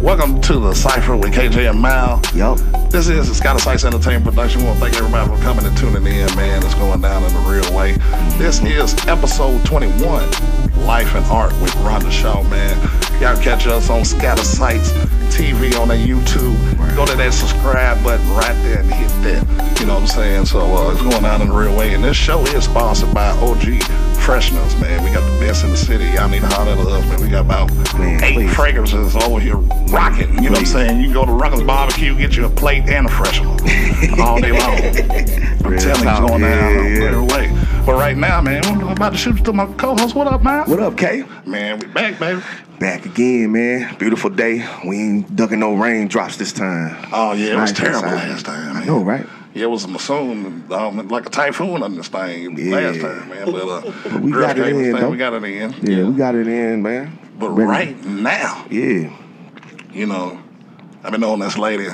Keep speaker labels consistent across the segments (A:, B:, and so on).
A: Welcome to the Cipher with KJ and Mal.
B: Yup.
A: This is the Scott of Sites Entertainment Production. We want to thank everybody for coming and tuning in, man. It's going down in the real way. This is episode 21, Life and Art with Rhonda Shaw, man. Y'all catch us on Scatter Sites TV on that YouTube. Go to that subscribe button right there and hit that. You know what I'm saying? So uh, it's going down in the real way. And this show is sponsored by OG Fresheners, man. We got the best in the city. Y'all need to holler at us, man. We got about
B: Man,
A: eight
B: please.
A: fragrances over here rocking. You know what I'm saying? You go to Ruckus Barbecue, get you a plate and a freshener all day long. I'm
B: Real
A: telling you, it's
B: talk.
A: going
B: Yeah,
A: down
B: yeah.
A: real way. But right now, man, I'm about to shoot to my co-host. What up, man?
B: What up, K?
A: Man, we back, baby.
B: Back again, man. Beautiful day. We ain't ducking no raindrops this time.
A: Oh yeah, it was
B: Nice
A: terrible
B: outside.
A: last time. Man.
B: I know, right?
A: Yeah, it was a monsoon, um, like a typhoon on this thing
B: Yeah.
A: last time, man. But uh,
B: we
A: Griff
B: got it
A: gave us
B: in,
A: that,
B: though.
A: We got it in.
B: Yeah, we got it in, man.
A: But
B: Ready.
A: right now,
B: Yeah.
A: you know, I've been knowing this lady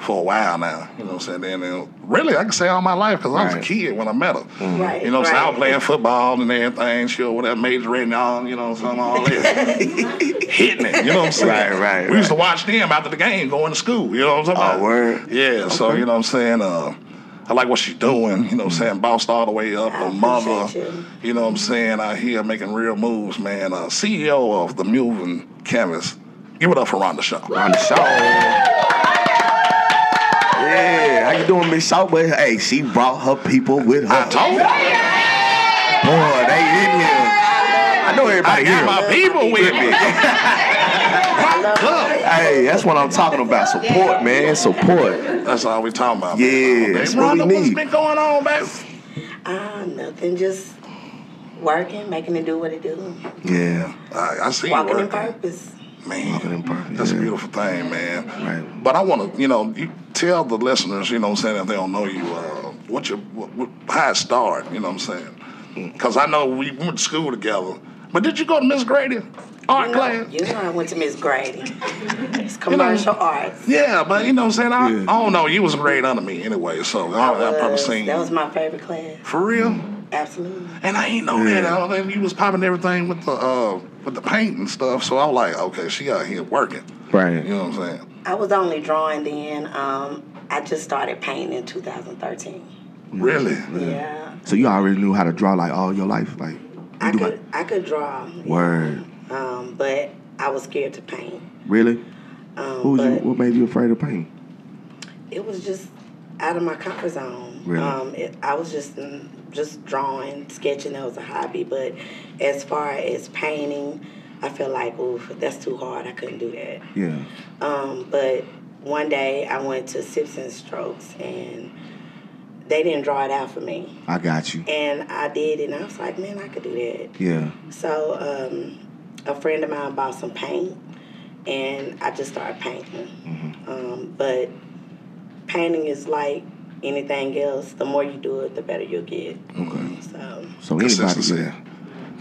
A: for a while now. You know what I'm saying? And, and really, I can say all my life because I was a
B: Right. Mm-hmm.
A: kid when I met her.
C: Right,
A: You know what I'm saying? I was
C: right.
A: playing football and everything. She was with that major and all, you know what I'm saying? All that. Hitting it. You know what I'm saying?
B: Right, right,
A: We used to
B: right.
A: watch them after the game going to school. You know what I'm talking
B: Oh,
A: about?
B: word.
A: Yeah, so, you know what I'm saying? Uh, I like what she's doing, you know what
B: Mm-hmm.
A: I'm saying? Bounced all the way up,
C: I
A: a mother.
C: appreciate you.
A: You know what I'm saying? Out here making real moves, man. Uh, CEO of the Moving Canvas. Give it up for Rhonda Shaw.
B: On the show. Yeah, how you doing, Miss Shaw? But hey, she brought her people with her.
A: I told you.
B: Boy, they in here. I know
A: I
B: everybody
A: got
B: here.
A: my people with me. Look,
B: Hey, that's what I'm talking about. Support, man. Support.
A: That's all we talking about.
B: Yeah,
A: man.
B: that's what we
A: Rhonda, what's
B: need.
A: been going on, baby?
C: Ah, nothing. Just working, making it do what it do.
B: Yeah.
A: I, I see
C: Walking
A: you
C: in
A: working.
C: purpose.
A: Man,
B: Walking in purpose,
A: That's a
B: yeah.
A: beautiful thing, man.
B: Right.
A: But I want to, you know, you tell the listeners, you know what I'm saying, if they don't know you, uh, what your, what, what, how it started, you know what I'm
B: Mm.
A: saying? Because I know we went to school together. But did you go to Miss Grady art
C: You know,
A: class?
C: you know I went to Miss Grady. It's commercial arts.
A: Yeah, but you know what I'm saying? I,
B: Yeah.
A: I don't know. You was a grade under me anyway, so I, I, probably
C: Was-
A: seen
C: Uh, that was
A: you.
C: my favorite class.
A: For real?
B: Mm.
C: Absolutely.
A: And I ain't know that. I don't think you was popping everything with the uh, with the paint and stuff. So I was like, okay, she out here working.
B: Right.
A: You know what I'm saying?
C: I was only drawing then. Um, I just started painting in 2013.
B: Mm.
A: Really?
C: Yeah.
B: So you already knew how to draw like all your life, like you
C: I
B: do
C: could I could draw,
B: my- word.
C: um, but I was scared to paint.
B: Really?
C: Um,
B: Who was you,
C: but-
B: what made you afraid of pain?
C: it was just out of my comfort zone.
B: Really?
C: Um, it, I was just mm, just drawing, sketching. That was a hobby. But as far as painting, I feel like, oof, that's too hard. I couldn't do that.
B: Yeah.
C: Um, but one day I went to Sips and Strokes, and they didn't draw it out for me.
B: I got you.
C: And I did, and I was like, man, I could do that.
B: Yeah.
C: So um, a friend of mine bought some paint, and I just started painting.
A: Mm-hmm.
C: Um, but painting is like anything else. The more you do it, the better you'll get.
B: Okay.
C: So
B: So anybody
A: Consistency.
B: yeah.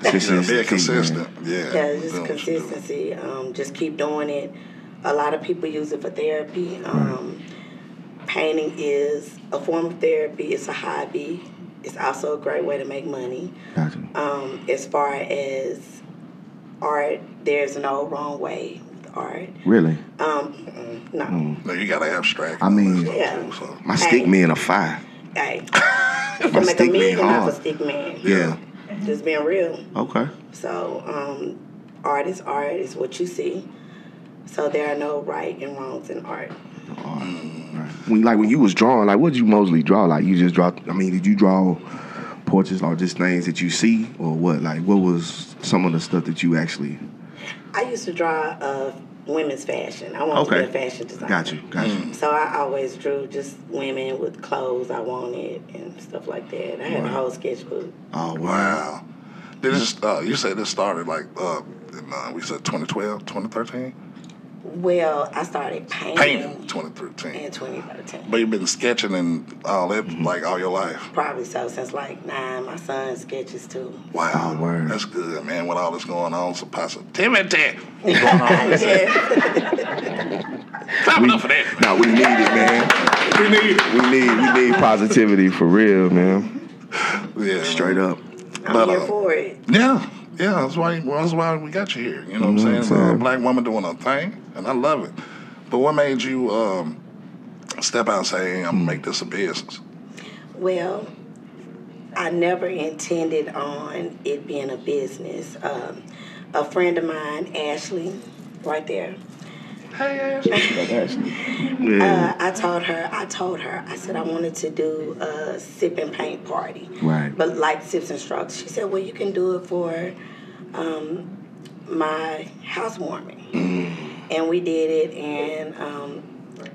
A: Yeah,
B: Consistency
A: being
B: is key, man.
A: consistent. Yeah.
C: yeah,
A: doing
C: it's just
A: what you do.
C: consistency. Um, just keep doing it. A lot of people use it for therapy. Um, Painting is a form of therapy. It's a hobby. It's also a great way to make money.
B: Got you.
C: um, as far as art, there's no wrong way with art.
B: Really?
C: Um, mm, no.
A: No, you got to abstract.
B: I
A: all
B: mean-
A: that
C: Yeah.
A: stuff, too, so.
B: My stick men are fire.
C: Hey,
B: My
C: you make a
B: stick men
C: million off a
B: hard.
C: stick man.
B: Yeah.
C: Just being real.
B: Okay.
C: So, um, art is art. It's what you see. So there are no right and wrongs in art.
B: All right. Right. When like when you was drawing, like what did you mostly draw? Like you just draw I mean, did you draw portraits or just things that you see or what? Like what was some of the stuff that you actually
C: I used to draw uh, women's fashion. I wanted to
B: Okay.
C: be a fashion designer.
B: Got you, got
A: Mm.
B: you.
C: So I always drew just women with clothes I wanted and stuff like that. I had a whole sketchbook.
B: Oh wow.
A: Wow. Did this, uh, you said this started like, uh, in, uh, we said 2012, 2013?
C: Well, I started painting,
A: Painting, 2013.
C: in 2013.
A: But you've been sketching and all that,
B: Mm-hmm.
A: like, all your life.
C: Probably so since like nine. My son sketches too.
A: Wow.
B: Oh, word.
A: That's good, man. With all this going on, some positivity.
C: Yeah.
A: Clap it up for that.
B: Now we need it, man.
A: We need it.
B: We need we need positivity for real, man.
A: Yeah.
B: Straight up.
C: I'm
A: But,
C: here
A: uh,
C: for it.
A: Yeah. Yeah, that's why well, that's why we got you here. You know what
B: Mhm,
A: I'm saying?
B: sir.
A: A black woman doing her thing, and I love it. But what made you um, step out and say, I'm gonna make this a business?
C: Well, I never intended on it being a business. Um, a friend of mine, Ashley, right there.
B: Yeah.
C: Uh, I told her. I told her. I said I wanted to do a sip and paint party.
B: Right.
C: But like sips and strokes, she said, "Well, you can do it for um, my housewarming."
B: Mm.
C: And we did it, and um,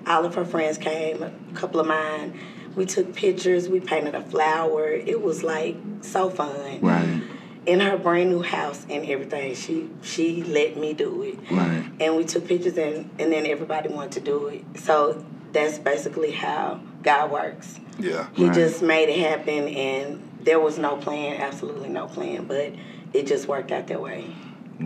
C: all of her friends came. A couple of mine. We took pictures. We painted a flower. It was like so fun.
B: right.
C: In her brand new house and everything, she she let me do it
B: Right.
C: and we took pictures and, and then everybody wanted to do it so that's basically how god works
A: Yeah.
C: he
B: Right.
C: just made it happen and there was no plan absolutely no plan but it just worked out that way
A: I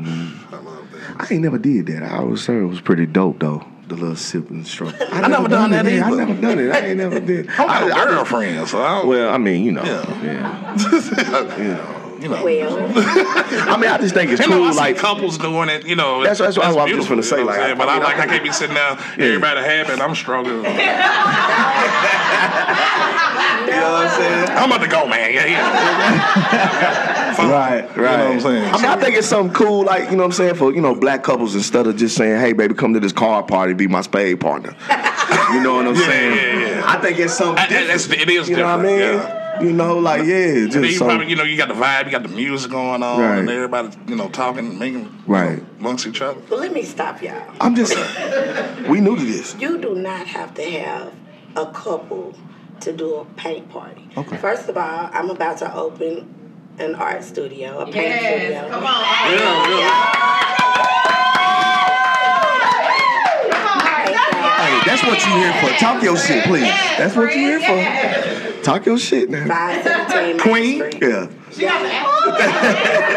A: love that.
B: I ain't never did that. I was sure it was pretty dope though. The little sip and stroke. I,
A: never done that
B: yeah, I
A: either.
B: never done it. I ain't never did.
A: I am got a girlfriend, so I don't,
B: Well, I mean, you know.
A: Yeah.
B: yeah.
A: you know.
C: well
B: I mean, I just think it's
A: You know, I
B: cool.
A: see
B: Like,
A: couples doing it, you know.
B: That's- that's what I was just
A: beautiful,
B: gonna say,
A: you know what
B: like,
A: I'm saying? but
B: I
A: I,
B: mean,
A: like,
B: I-
A: I can't be sitting down. Everybody happy, and I'm struggling.
B: you know what I'm saying?
A: I'm about to go, man. Yeah, yeah. Fuck.
B: Right, right.
A: You know what I'm saying?
B: I mean, I think it's something cool, like, you know what I'm saying, for, you know, black couples instead of just saying, hey, baby, come to this car party, be my spade partner. you know what I'm saying?
A: yeah, yeah.
B: I think it's something
A: I- I-
B: different.
A: that's- it is
B: You know what I mean?
A: different,
B: You know, like, yeah, just
A: And then you
B: so,
A: probably, you know, you got the vibe, you got the music going on, and
B: Right.
A: everybody, you know, talking and mingling
B: Right.
A: amongst each other.
C: but let me stop y'all
B: I'm just, we new to this.
C: you do not have to have a couple to do a paint party
B: Okay.
C: first of all i'm about to open an art studio a paint
D: Yes,
C: studio
D: come on.
A: Yeah, yeah.
D: Come on.
B: Hey, that's what you here for. Talk your shit, please. That's what you here for. Talk your shit now.
C: 517 Main
B: Queen?
C: Street.
B: Yeah.
D: She got to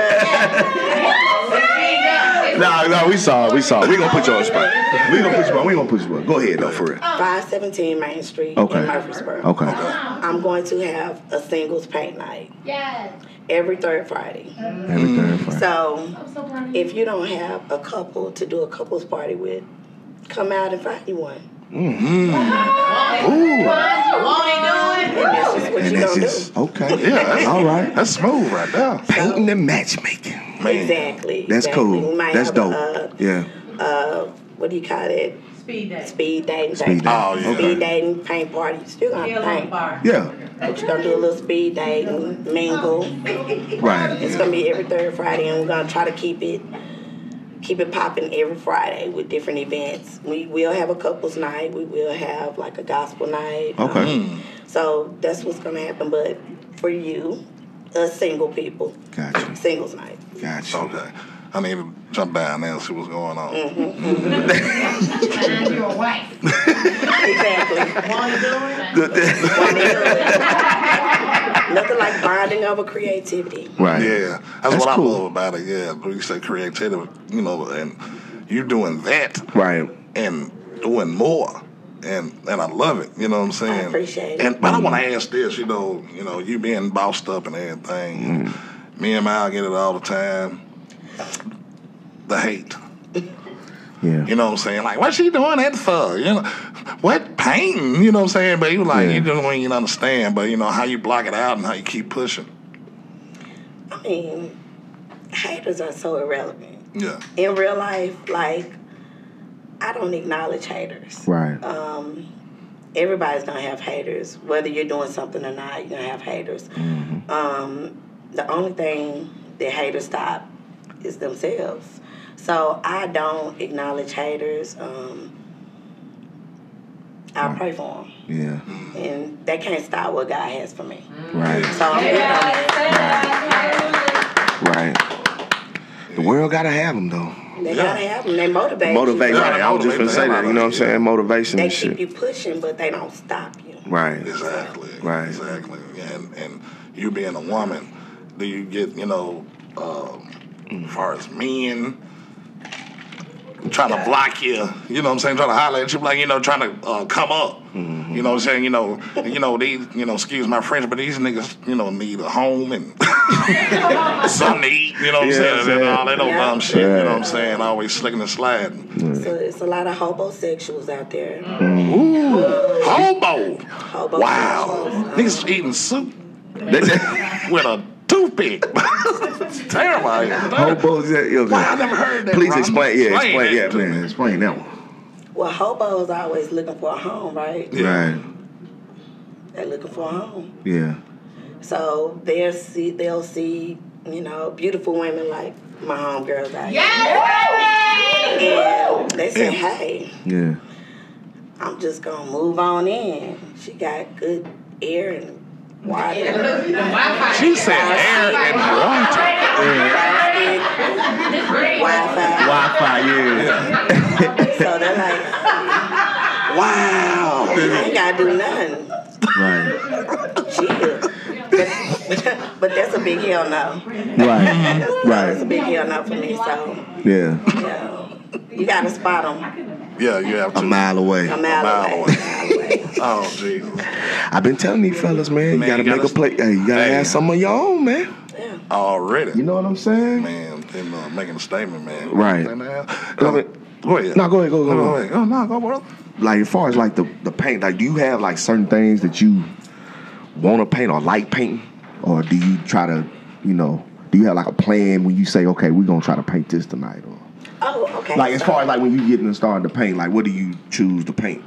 D: ask.
B: Nah, nah, we saw it. We saw it. We gonna put you on the spot. We gonna put you on. We gonna put you on. Go ahead though, for real.
C: 517 Main Street
B: Okay.
C: in Murfreesboro.
B: Okay.
C: I'm going to have a singles paint night
E: Yes.
C: every third Friday. So
E: I'm so proud of you.
C: if you don't have a couple to do a couples party with, come out and find you one.
D: Won't he do
C: And
D: it?
C: that's just what
B: And
C: you're
B: that's
C: going to
B: just
C: do.
B: okay.
A: Yeah, that's-
B: All right.
A: That's smooth right there.
B: Painting and matchmaking.
A: Man.
C: Exactly.
B: That's
C: exactly.
B: cool.
C: We might
B: That's
C: have
B: dope.
C: A,
B: Yeah.
C: uh, uh, what do you call it?
D: Speed date.
C: Speed dating.
B: Speed dating.
A: Oh, yeah.
C: Speed dating, paint party. You still going
D: He a
C: to
D: little
C: paint. But
D: bar.
B: Yeah.
C: you're going to do a little speed dating, mingle. It's
B: Right.
C: gonna be every third Friday, and we're gonna try to keep it keep it popping every Friday with different events. We will have a couples night. We will have like a gospel night. um,
B: Okay.
C: so that's what's gonna happen. But for you, us single people,
B: Gotcha.
C: singles night.
B: Gotcha.
A: Okay. I need to jump down there and see what's going on.
C: Mm-hmm.
E: Find your wife.
C: Exactly.
D: Won't he do it?
C: Nothing like bonding over creativity.
B: Right.
A: Yeah, that's,
B: That's
A: what
B: cool.
A: I love about it. Yeah, when you say creativity, you know, and you doing that
B: Right.
A: and doing more. And and I love it, you know what I'm saying.
C: appreciate it.
A: And but I want
B: Mm-hmm.
A: to ask this, you know, you know, you being bossed up and everything.
B: Mm-hmm.
A: Me and Mal get it all the time. The hate,
B: Yeah.
A: you know what I'm saying? Like, what's she doing that for? You know, what painting? You know what I'm saying? But you like,
B: Yeah.
A: you don't even understand. But you know how you block it out and how you keep pushing.
C: I mean, haters are so irrelevant.
A: Yeah,
C: In real life, like I don't acknowledge haters.
B: Right.
C: everybody's gonna have haters, whether you're doing something or not. You're gonna have haters. Um, the only thing that haters stop is themselves. So I don't acknowledge haters. Um, I pray for them,
B: yeah.
C: and they can't stop what God has for me.
B: Mm. Right.
C: So I'm good on that.
B: Right. The world gotta have them though.
C: They
A: Yeah.
C: gotta have them. They motivate.
B: Motivate.
C: You.
A: Yeah,
B: Right. I was just gonna say that. You know what I'm saying? Motivation
C: They
B: and
C: keep
B: shit.
C: you pushing, but they don't stop you.
B: Right.
A: Exactly.
B: Right.
A: Exactly. And and you being a woman, do you get you know, um,
B: Mm.
A: as far as men trying to block you? You know what I'm saying? Trying to holler at you, like you know, trying to uh, come up.
B: Mm-hmm.
A: You know what I'm saying? You know, you know these. You know, excuse my French, but these niggas, you know, need a home and something to eat, you know what I'm
B: Yeah,
A: saying? And
B: yeah.
A: all that old dumb shit, you know what I'm
B: Yeah.
A: saying? Always slicking and sliding.
C: So it's a lot of homosexuals out there.
A: Hobo!
C: Hobo
A: Wow. Niggas eating soup with a toothpick. it's terrible out here.
B: Hobos. Yeah, yeah, okay.
A: Wow, I never heard that,
B: Please
A: Ron.
B: explain. Yeah,
A: Explain
B: explain.
A: that
B: Yeah,
A: to
B: man,
A: me.
B: explain that one.
C: Well, hobos are always looking for a home, right?
A: Yeah.
B: Right.
C: They're looking for a home.
B: Yeah.
C: So they'll see, they'll see, you know, beautiful women like my homegirls out here.
D: Yes, baby.
C: And they say,
A: Yeah.
C: hey,
B: Yeah.
C: I'm just gonna move on in. She got good air and water.
D: The Wi-Fi.
A: She said air and water.
C: Wi-Fi. Wi-Fi.
B: Wi-Fi. Yeah.
C: So they're like,
A: Wow.
C: you ain't gotta do nothing.
B: Right.
C: Chill. But, but that's a big hell no.
B: Right.
C: That's a
B: Right.
C: big hell no for me. So
B: Yeah.
C: you, know, you gotta spot them
A: Yeah, you have to.
B: A mile away.
C: a
A: Mile
C: mile away.
A: Oh, Jesus.
B: I've been telling these fellas, man, you
A: Man,
B: gotta
A: you
B: make a
A: gotta-
B: play. Hey, you gotta
A: Hey.
B: have some of your own, man.
C: Yeah.
A: Already.
B: You know what I'm saying?
A: man, and uh, making a statement, man.
B: Right.
A: And, uh,
B: Go ahead.
A: Go ahead.
B: No, go ahead, go, go,
A: No,
B: go.
A: go ahead. Oh, no, go, bro.
B: Like as far as like the the paint, like do you have like certain things that you want to paint or like painting, or do you try to, you know, do you have like a plan when you say, okay, we're gonna try to paint this tonight, or
C: Oh, okay.
B: like as far as like when you getting started to paint, like what do you choose to paint?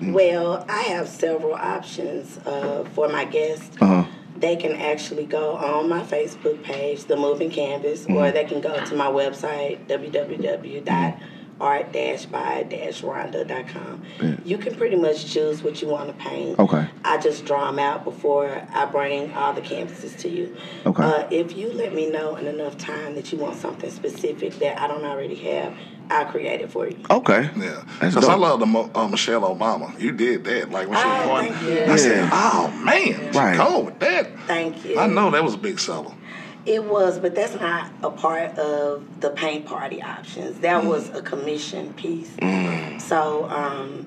C: well, I have several options uh, for my guests.
B: Uh huh.
C: they can actually go on my Facebook page, The Moving Canvas,
B: Mm-hmm.
C: or they can go to my website, www.art-by-rhonda.com. You can pretty much choose what you want to paint.
B: Okay.
C: I just draw them out before I bring all the canvases to you.
B: Okay.
C: Uh, if you let me know in enough time that you want something specific that I don't already have, I'll create it for you.
B: Okay.
A: Yeah.
B: That's
A: Because I
B: dope.
A: love the Mo- uh, Michelle Obama. You did that. Like when she was
C: Oh,
A: partying.
C: thank you.
A: I said,
B: Yeah.
A: oh, man. She
B: Right.
A: cold with that.
C: Thank you.
A: I know that was a big seller.
C: It was, but that's not a part of the paint party options. That
A: Mm.
C: was a commission piece. So, um,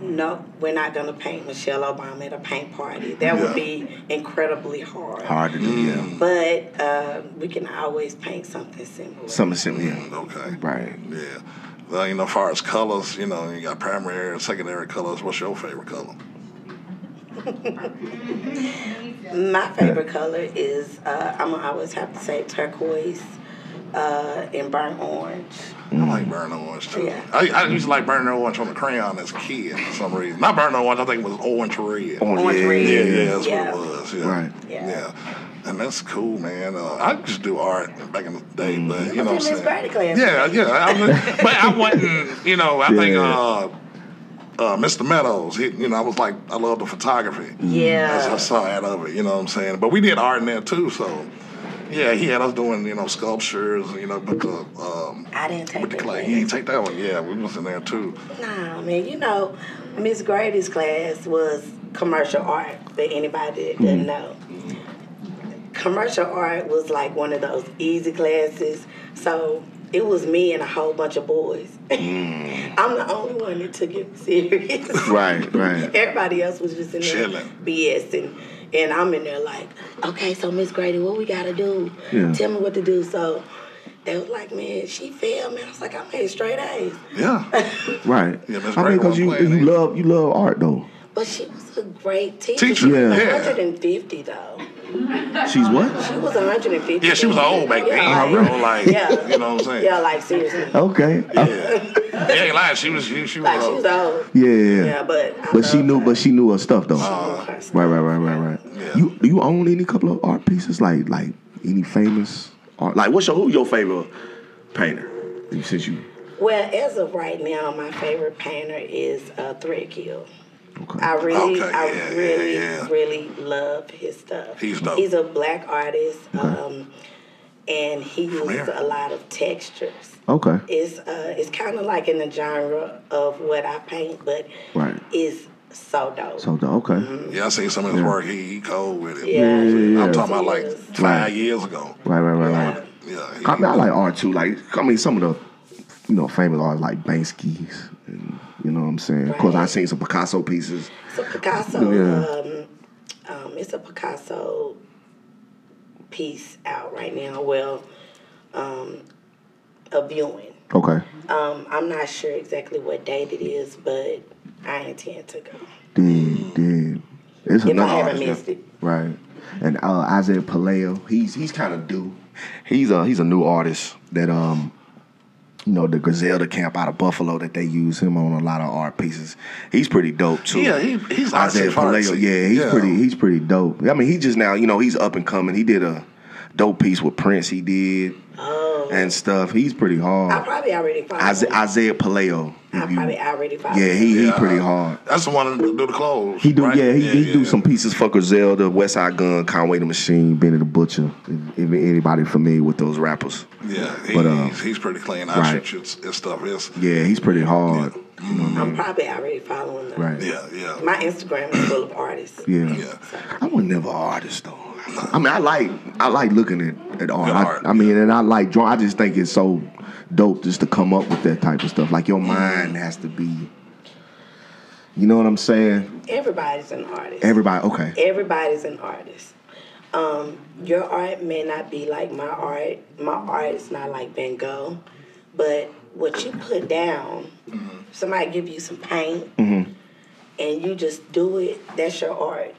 C: no, we're not going to paint Michelle Obama at a paint party. That would
A: Yeah.
C: be incredibly hard.
B: Hard to do,
C: Mm.
B: yeah.
C: But uh, we can always paint something simple.
B: Something simple, yeah.
A: Mm, Okay.
B: Right.
A: Yeah. Well, you know, as far as colors, you know, you got primary and secondary colors. What's your favorite color?
C: My favorite color is, uh, I'm going to always have to say turquoise uh, and burnt orange.
A: I like burnt orange too.
C: Mm. Yeah.
A: I, I used to like burnt orange on the crayon as a kid for some reason. Not burnt orange, I think it was orange red.
C: Orange
B: yeah,
C: red.
A: Yeah,
B: yeah,
A: yeah,
B: yeah.
A: that's
C: Yeah.
A: what it was. Yeah.
B: Right.
A: Yeah.
C: Yeah.
A: And that's cool, man. Uh, I used to do art back in the day, but you know
C: I
A: what
C: was in Mm-hmm. Miss
A: I'm
C: Birdie
A: saying.
C: class.
A: Yeah, yeah. I was, but I wasn't, you know, I think
B: Yeah.
A: uh, uh, Mr. Meadows, he, you know, I was like, I love the photography. That's I
C: Yeah.
A: saw out of it, you know what I'm saying? But we did art in there too, so yeah, he had us doing, you know, sculptures, you know, but the um
C: I didn't take
A: with the
C: that
A: clay.
C: class.
A: Yeah, take that one. Yeah, we was in there too.
C: No, man, you know, Miss Grady's class was commercial art for anybody that
B: Mm-hmm.
C: doesn't know. Commercial art was like one of those easy classes. So it was me and a whole bunch of boys. I'm the only one that took it serious.
B: Mm. Right, right.
C: Everybody else was just in there
A: Chilling.
C: BSing. And I'm in there like, okay, so Miss Grady, what we gotta do?
B: Yeah.
C: Tell me what to do. So they was like, man, she failed, man. I was like, I made straight A's.
A: Yeah.
B: Right.
A: Yeah, Miss
B: I
A: Ray
B: mean, because
A: wasn't
B: you
A: playing
B: you
A: either.
B: love you love art though.
C: But she was a great teacher.
A: Teacher,
C: She was
B: yeah.
C: 150 though.
B: She's what?
C: She was 150.
A: Yeah, she was old back then.
C: Yeah,
B: Oh,
A: you
B: really?
A: know, like
C: Yeah.
A: you know what I'm saying?
C: yeah like seriously.
B: Okay. Uh,
A: Yeah. They ain't lying, she was she, she was
C: Like she was
A: old.
C: old.
B: yeah. yeah.
C: Yeah, but I
B: But she
C: love
B: knew,
C: her.
B: but she knew her stuff though.
C: Uh,
B: right, right, right, right, right.
A: Yeah.
B: You do you own any couple of art pieces like like any famous art? Like what's your who your favorite painter? Since you
C: Well, as of right now, my favorite painter is uh, Threadkill.
B: okay.
C: I really,
A: Okay,
C: I
A: yeah,
C: really,
A: yeah, yeah.
C: really love his stuff.
A: He's dope.
C: He's a black artist,
B: Uh-huh.
C: um, and he uses
A: here.
C: a lot of textures.
B: okay.
C: It's uh, it's kind of like in the genre of what I paint, but
B: Right.
C: it's so dope.
B: So the okay.
A: Yeah, I seen some of his work, he, he cold with it.
C: Yeah. Yeah,
B: yeah, yeah.
A: I'm talking about like
C: Yes.
A: five years ago.
B: Right, right, right, right.
A: Yeah. he-
B: I mean, I like art too. Like I mean, some of the you know famous art like Bansky's. And, you know what I'm saying? Of course, I seen some Picasso pieces.
C: It's a Picasso.
B: Yeah.
C: Um, um, it's a Picasso piece out right now. Well, um, a viewing.
B: Okay.
C: Um, I'm not sure exactly what date it is, but I intend to go.
B: Dude, dude. It's
C: If I
B: another
C: haven't
B: artist
C: missed
B: that-
C: it.
B: Right. And uh, Isaiah Paleo, he's he's kind of due. He's a he's a new artist that um you know the Griselda camp out of Buffalo that they use him on a lot of art pieces. He's pretty dope too.
A: Yeah, he- he's
B: Isaiah
A: artsy-fartsy.
B: Paleo. Yeah, he's
A: Yeah.
B: pretty he's pretty dope. I mean, he just now you know he's up and coming. He did a dope piece with Prince. He did
C: Oh,
B: and stuff. He's pretty
C: I
B: hard.
C: probably already followed.
B: Isaiah,
C: him. I,
B: Isaiah Paleo. if you-
C: probably already followed.
B: yeah, he he
A: Yeah.
B: pretty hard.
A: That's the one that do the clothes.
B: He do,
A: right?
B: yeah. He, he do
A: yeah.
B: some pieces for Griselda, West Side Gun, Conway the Machine, Benny the Butcher. If, if anybody familiar with those rappers,
A: Yeah, he,
B: But, uh,
A: he's, he's pretty clean. I
B: right.
A: shoot you his stuff. It's,
B: yeah, he's pretty hard,
C: I'm probably already following them.
B: right?
A: yeah, yeah.
C: My Instagram is full of artists.
B: yeah.
A: Yeah.
B: I was never an artist though. I mean, I like I like looking at at art.
A: Good
B: I,
A: art,
B: I mean, and I like drawing. I just think it's so dope just to come up with that type of stuff. Like your mind has to be, you know what I'm saying?
C: Everybody's an artist.
B: Everybody, okay,
C: Everybody's an artist. Um, your art may not be like my art. My art is not like Van Gogh, but what you put down,
B: Mm-hmm.
C: somebody give you some paint, and you just do it. That's your art.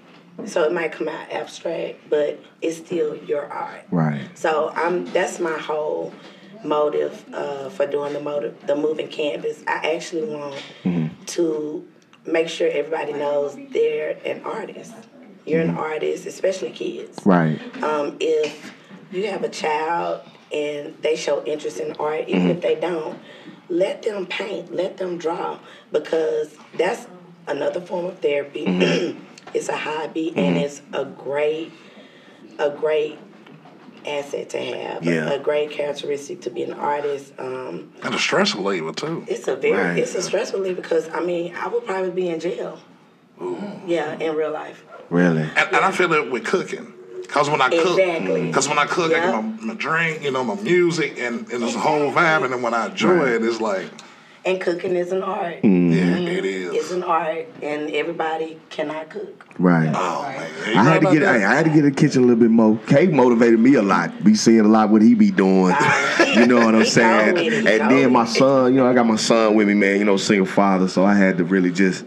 C: So it might come out abstract, but it's still your art.
B: right,
C: So I'm that's my whole motive uh, for doing the motive the moving canvas. I actually want to make sure everybody knows they're an artist. You're an artist, especially kids.
B: right,
C: Um, if you have a child and they show interest in art, even if they don't, let them paint, let them draw, because that's another form of therapy.
B: Mm-hmm.
C: it's a hobby and it's a great, a great asset to have. a-
B: Yeah.
C: A, great characteristic to be an artist. Um,
A: And a stress reliever, too.
C: it's a very,
B: Right.
C: it's a stress relief because I mean, I would probably be in jail.
B: Oh.
C: Yeah, in real life.
B: really,
A: And, and I feel that with cooking. Because when I cook,
C: Exactly.
A: because when I cook, I
C: Yeah.
A: get my, my drink, you know, my music, and, and it's a whole vibe. And then when I enjoy it, it's like,
C: And cooking is an art.
B: Mm-hmm.
A: yeah, it is.
C: It's an art, and everybody cannot cook.
B: right.
A: oh, man. You
B: I
A: know
B: had to
A: about
B: get.
A: that?
B: Hey, I had to get in the kitchen a little bit more. Cave motivated me a lot. Be seeing a lot what he be doing. you know what I'm
C: He
B: saying?
C: go with it,
B: And
C: he go
B: then my
C: with it.
B: son. You know, I got my son with me, man. You know, single father, so I had to really just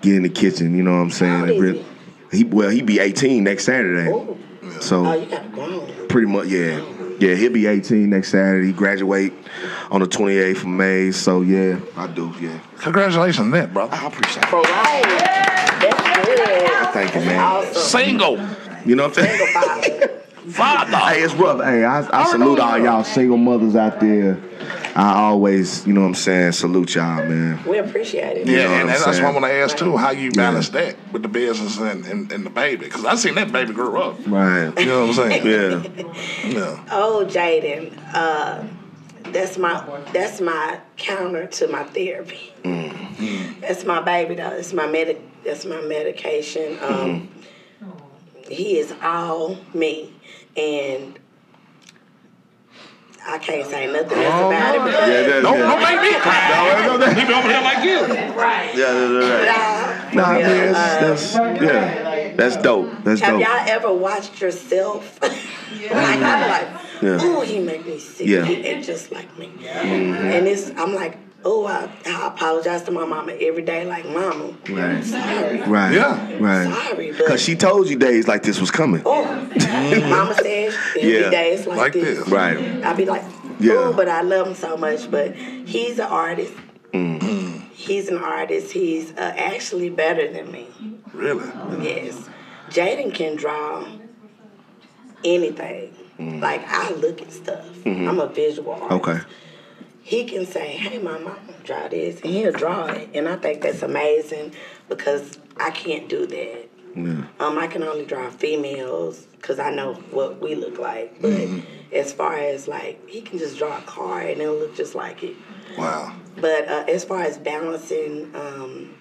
B: get in the kitchen. You know what I'm saying?
C: old is
B: Really- he well, he be 18 next Saturday.
C: Ooh.
B: So
C: Oh, you got grown.
B: pretty much, yeah, yeah. He'll be 18 next Saturday. He graduate on the 28th of May. So yeah, I do. Yeah,
A: Congratulations on that, brother.
B: I appreciate. it.
C: All right. That's good.
B: Thank you, man.
C: Awesome.
A: Single
B: You know what I'm saying?
C: Father.
A: father.
B: Hey, it's rough. Hey, I, I salute all y'all single mothers out there. I always, you know what I'm saying, salute y'all, man.
C: We appreciate it.
A: Yeah,
B: know what I'm
A: and that's
B: saying?
A: why I want to ask too how you balance that with the business and, and, and the baby because I seen that baby grow up. You
B: Right.
A: know what I'm saying?
B: Yeah.
A: yeah.
C: Oh, Jaden, uh, that's my that's my counter to my therapy.
B: Mm-hmm.
C: That's my baby though. That's my medic. That's my medication. Um,
B: Mm-hmm.
C: He is all me, and I can't say nothing else about it. because-
B: Yeah, that-
A: Don't,
B: yeah.
A: don't make me cry.
B: No, no, no.
A: Leave me over here like you.
B: Yeah, yeah, yeah.
C: Uh,
B: Nah, I mean,
C: yeah, uh,
B: that's, that's, yeah. That's dope. That's
C: Have
B: dope.
C: y'all ever watched yourself? like I'm like,
B: Yeah.
C: oh, he make me sick.
B: Yeah. Mm-hmm.
C: He act just like me. And it's I'm like, oh, I, I apologize to my mama every day. Like, mama,
B: Right.
C: sorry,
B: Right.
A: Yeah.
B: Right.
C: sorry,
B: Cause
C: but
B: she told you days like this was coming.
C: oh, mama says every day
B: Yeah.
C: it's like,
A: Like
C: this.
A: this.
B: Right.
C: I'd be like,
B: Yeah.
C: oh, but I love him so much. But he's an artist.
B: Mm-hmm.
C: He's an artist. He's uh, actually better than me.
A: Really?
C: Yes. Jaden can draw anything. Like I look at stuff. I'm a visual artist.
B: Okay.
C: He can say, Hey mama, draw this and he'll draw it. And I think that's amazing because I can't do that.
B: Yeah.
C: Um, I can only draw females because I know what we look like. But as far as like, he can just draw a car and it'll look just like it.
A: Wow.
C: But uh, as far as balancing, um,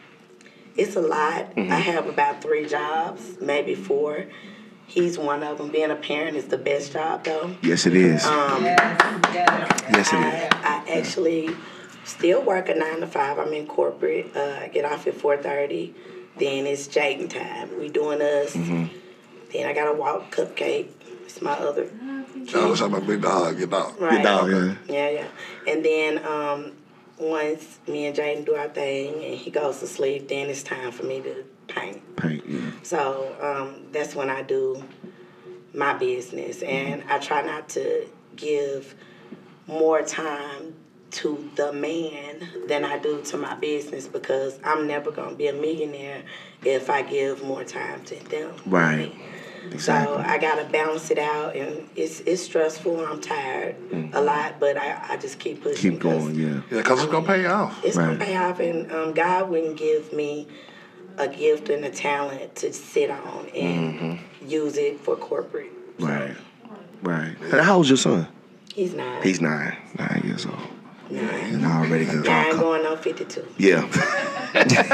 C: it's a lot. I have about three jobs, maybe four. He's one of them. Being a parent is the best job, though.
B: Yes, it is.
C: Um,
B: Yes, it
C: I,
B: is.
C: I actually still work a nine to five. I'm in corporate. Uh, I get off at four thirty. Then it's Jaden time. We doing us. Then I gotta walk cupcake. It's my other.
A: Shout out to my big dog, your dog.
C: Right.
B: dog, yeah.
C: Yeah, yeah. And then um, once me and Jaden do our thing and he goes to sleep, then it's time for me to paint.
B: Paint, yeah.
C: So um, that's when I do my business, and I try not to give more time to the man than I do to my business because I'm never gonna be a millionaire if I give more time to them.
B: Right.
C: So I gotta balance it out, and it's it's stressful. I'm tired a lot, but I, I just keep pushing.
B: Mm-hmm. Keep
C: 'cause
B: going, yeah.
A: Yeah, because it's going to pay off.
C: It's
B: Right.
C: gonna pay off, and um, God wouldn't give me a gift and a talent to sit on and
B: Mm-hmm.
C: use it for corporate.
B: Right. Right. And how old's your son?
C: He's not.
B: He's nine. Nine years old.
C: nine.
B: And I already can draw
C: Nine
B: a
C: going on 52.
B: Yeah.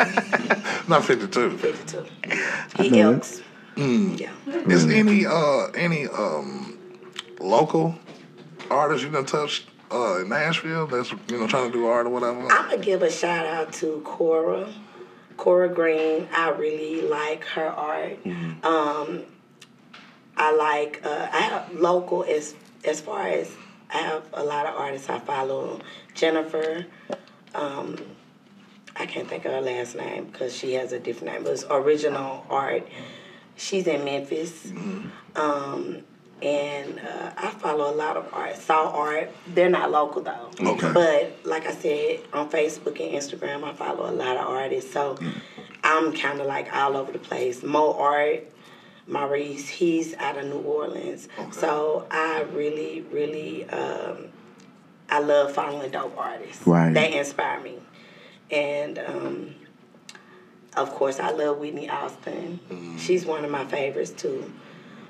A: Not 52.
C: 52.
B: know it. Mm.
C: He elks. Yeah.
A: Is any uh any um local artist you done touched uh in Nashville that's you know trying to do art or whatever?
C: I'm gonna give a shout out to Cora. Cora Green. I really like her art. Um, I like. Uh, I have local as as far as I have a lot of artists I follow. Jennifer. Um, I can't think of her last name because she has a different name. But it's original art. She's in Memphis. Um, and uh, I follow a lot of art, saw art. They're not local though.
A: Okay.
C: But like I said, on Facebook and Instagram, I follow a lot of artists. So I'm kind of like all over the place. Mo Art, Maurice, he's out of New Orleans. So I really, really, um, I love following dope artists.
B: Right.
C: They inspire me. And um, of course, I love Whitney Austin. She's one of my favorites too.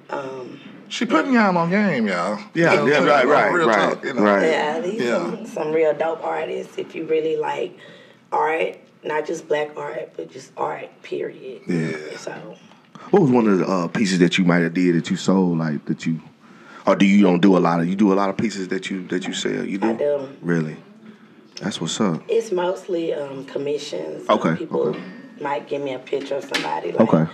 C: Um,
A: She putting y'all on game, y'all.
B: Yeah,
A: You know what I'm
B: yeah,
A: saying?
B: right,
A: Like, real
B: right,
A: talk, you know.
B: right.
C: yeah, these
A: Yeah.
C: Some, some real dope artists. If you really like art, not just black art, but just art, period.
B: Yeah.
C: So
B: What was one of the uh, pieces that you might have did that you sold, like that you, or do you don't do a lot of? You do a lot of pieces that you that you sell. You do.
C: I do.
B: Really, that's what's up.
C: it's mostly um, commissions. So
B: Okay,
C: People
B: okay.
C: might give me a picture of somebody. Like,
B: Okay.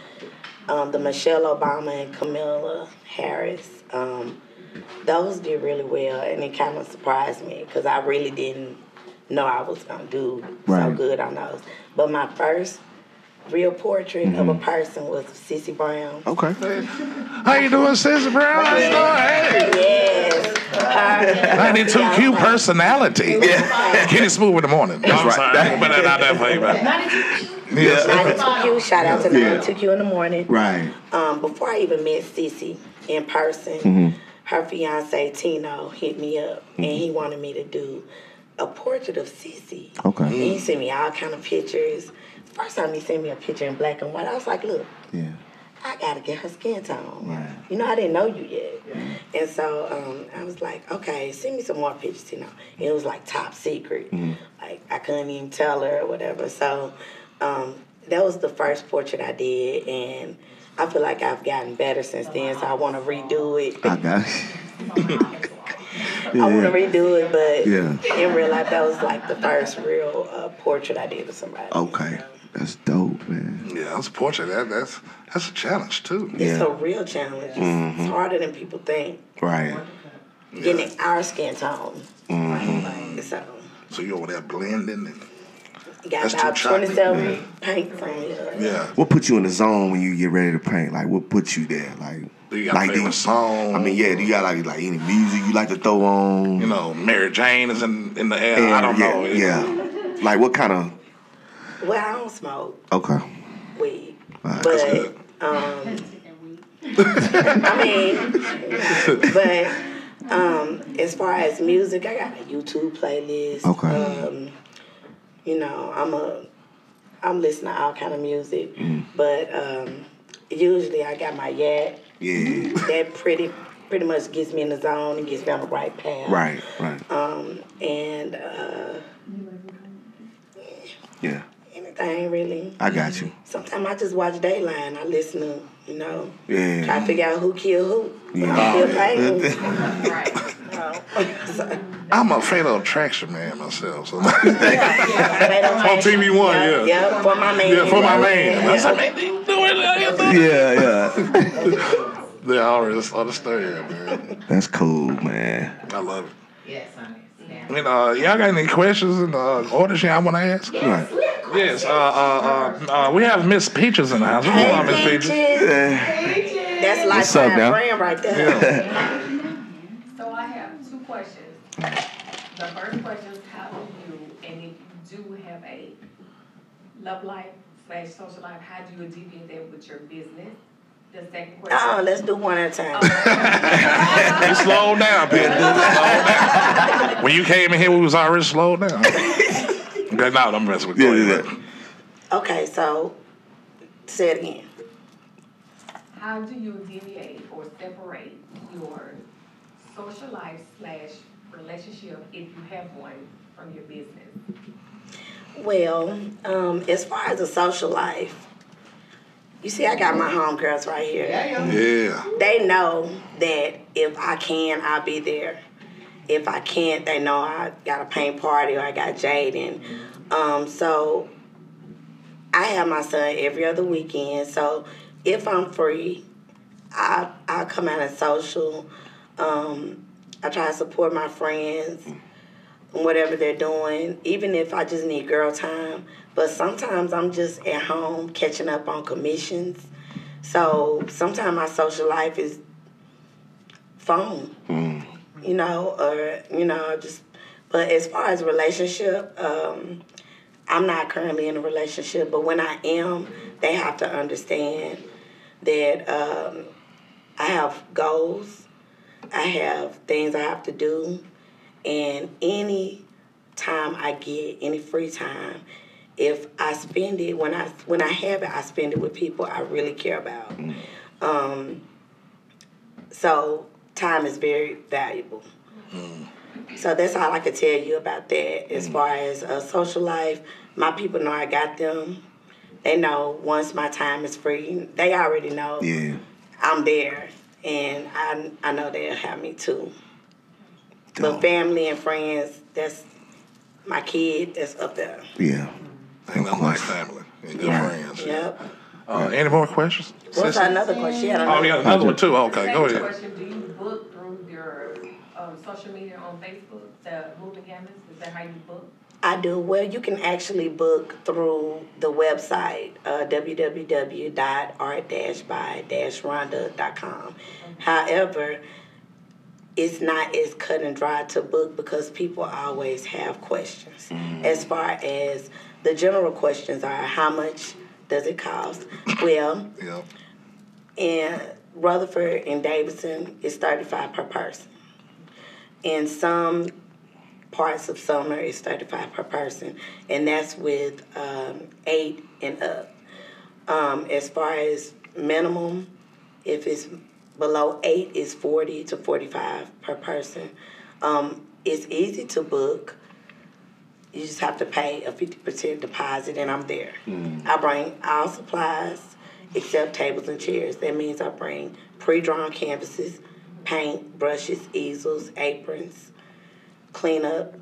C: um, the Michelle Obama and Camilla Harris. Um, those did really well, and it kind of surprised me because I really didn't know I was gonna do so
B: Right.
C: good on those. But my first real portrait of
B: Mm-hmm.
C: a person was Cissy Brown.
B: Okay.
A: How you doing, Sis Brown? How you doing? Hey.
C: Yes, her.
A: 92 Q personality.
C: Yeah.
A: Kenny Smooth in the morning. That's I'm
B: right.
A: sorry. I'm putting that out there for you, man. Yes.
B: Yeah.
C: 92Q, shout out to
B: Yeah.
C: 92Q in the morning.
B: Right.
C: um, before I even met Cece in person,
B: Mm-hmm.
C: her fiance Tino hit me up and he wanted me to do a portrait of Cece.
B: Okay.
C: And he sent me all kind of pictures. First time he sent me a picture in black and white, I was like, look,
B: Yeah.
C: I gotta get her skin tone.
B: Right.
C: You know, I didn't know you yet. And so um, I was like, okay, send me some more pictures, you know. And it was like top secret.
B: Mm-hmm.
C: Like I couldn't even tell her or whatever. So um, that was the first portrait I did and I feel like I've gotten better since then, so I wanna redo it.
B: I got. It.
C: I wanna redo it, but
B: Yeah.
C: in real life that was like the first real uh, portrait I did of somebody.
B: Okay. That's dope, man.
A: Yeah, that's a portrait. That, that's that's a challenge too.
C: It's
B: Yeah. Mm-hmm.
C: a real challenge. It's, it's harder than people think.
B: Right.
C: Getting our skin tone.
A: Mm-hmm.
C: So
A: So you over there blending and
C: Got
A: That's
C: about
A: too chocolate,
C: 27 paint from you.
A: yeah.
B: What put you in the zone when you get ready to paint? Like what put you there? Like
A: Do you got
B: like
A: favorite song?
B: I mean, yeah. Do you got like like any music you like to throw on?
A: You know, Mary Jane is in, in the air. I
B: And,
A: don't
B: yeah,
A: know.
B: Yeah. Like what kind of?
C: Well, I don't smoke
B: Okay.
C: weed.
B: Alright,
C: but,
B: that's
A: good.
C: um, I mean, but um, as far as music, I got a YouTube playlist.
B: Okay.
C: Um, you know, I'm a, I'm listening to all kind of music.
A: Mm.
C: But um, usually I got my yak.
B: Yeah.
C: That pretty, pretty much gets me in the zone and gets me on the right path.
B: Right. Right.
C: Um, and uh,
B: Yeah.
C: anything really.
B: I got you.
C: Sometimes I just watch Dayline. I listen to, you know,
B: Yeah.
C: try to figure out who killed who.
B: Yeah.
C: Who killed Peyton.
A: I'm a fan of attraction man myself. So
C: On
A: TV One, yeah.
C: Yeah, for my man.
A: Yeah, for my man. I
C: Yeah.
A: said, man, they doing it.
B: yeah, yeah.
A: They always understand, man.
B: That's cool, man.
A: I love it.
D: Yes, honey.
A: And uh, y'all got any questions in uh, orders y'all want to ask?
B: Right.
A: Yes. Uh, uh, uh, uh, we have Miss Peaches in the house. What's going on, Miss
C: Hey,
A: Peaches?
C: bitches.
B: Yeah.
C: That's like
B: What's up,
C: that
B: now?
C: brand right there.
E: So I have two questions. The first question is how do you, and if you do have a love life slash social life, how do you deviate that with your business? The second
C: Uh-uh,
E: question.
C: let's do one at a time.
A: You slow down, Peter. Slow down. When you came in here, we was already slowed down. Good night. I'm messing with you.
B: Yeah, yeah, yeah.
C: Okay, so say it again.
E: How do you deviate or separate your social life slash relationship, if you have one, from your business?
C: Well, um, as far as the social life, you see, I got my homegirls right here.
A: Yeah.
C: They know that if I can, I'll be there. If I can't, they know I got a paint party or I got Jaden. Um, so I have my son every other weekend. So if I'm free, I I come out and social. Um, I try to support my friends and whatever they're doing, even if I just need girl time. But sometimes I'm just at home catching up on commissions. So sometimes my social life is phone, you know, or, you know, just, but as far as relationship, um, I'm not currently in a relationship, but when I am, they have to understand that um, I have goals, I have things I have to do, and any time I get, any free time, if I spend it when I when I have it, I spend it with people I really care about. Um, so time is very valuable. So that's all I could tell you about that. As far as uh, social life, my people know I got them. They know once my time is free, they already know
B: Yeah.
C: I'm there, and I I know they'll have me too. But family and friends, that's my kid. That's up there.
B: Yeah.
A: Ain't nothing like family and good friends.
C: Yep.
A: Uh, any more questions?
C: What's
A: Sister?
C: another question? She had
A: Oh,
C: another
A: yeah, another one too. Okay, go
E: Second
A: ahead.
E: question, do you book through your, um, social media on Facebook, the moving gamins, is that how you book?
C: I do. Well, you can actually book through the website uh, www.art-by-ronda.com. However, it's not as cut and dry to book because people always have questions. As far as the general questions are, how much does it cost? well,
A: Yep.
C: in Rutherford and Davidson it's 35 per person. In some parts of summer it's 35 per person, and that's with um, eight and up. Um, as far as minimum, if it's below eight, it's 40 to 45 per person. Um, it's easy to book. You just have to pay a 50% deposit, and I'm there. I bring all supplies except tables and chairs. That means I bring pre drawn canvases, paint, brushes, easels, aprons, cleanup,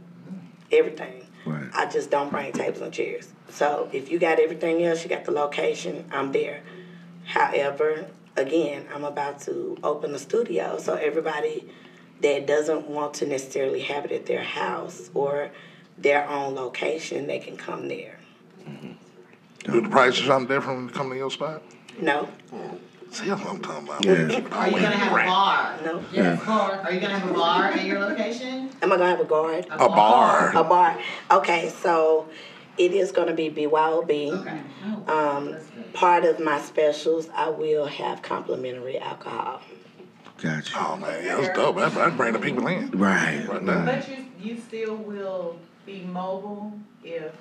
C: everything.
B: Right.
C: I just don't bring tables and chairs. So if you got everything else, you got the location, I'm there. However, again, I'm about to open a studio, so everybody that doesn't want to necessarily have it at their house or their own location, they can come there.
A: Do the prices something different when you come to your spot?
C: No,
A: See, that's what I'm talking about.
B: Yeah.
D: Are you gonna have a bar?
C: no.
D: Yes, bar. Are you gonna have a bar at your location?
C: Am I gonna have a guard?
A: A bar.
C: A bar. Okay, so it is gonna be BYOB.
D: Okay.
C: Um, part of my specials, I will have complimentary alcohol.
B: Got you.
A: Oh man, yeah, that's dope. That, that bring the people in.
B: Right.
A: Right now.
B: right.
F: But you, you still will be mobile if,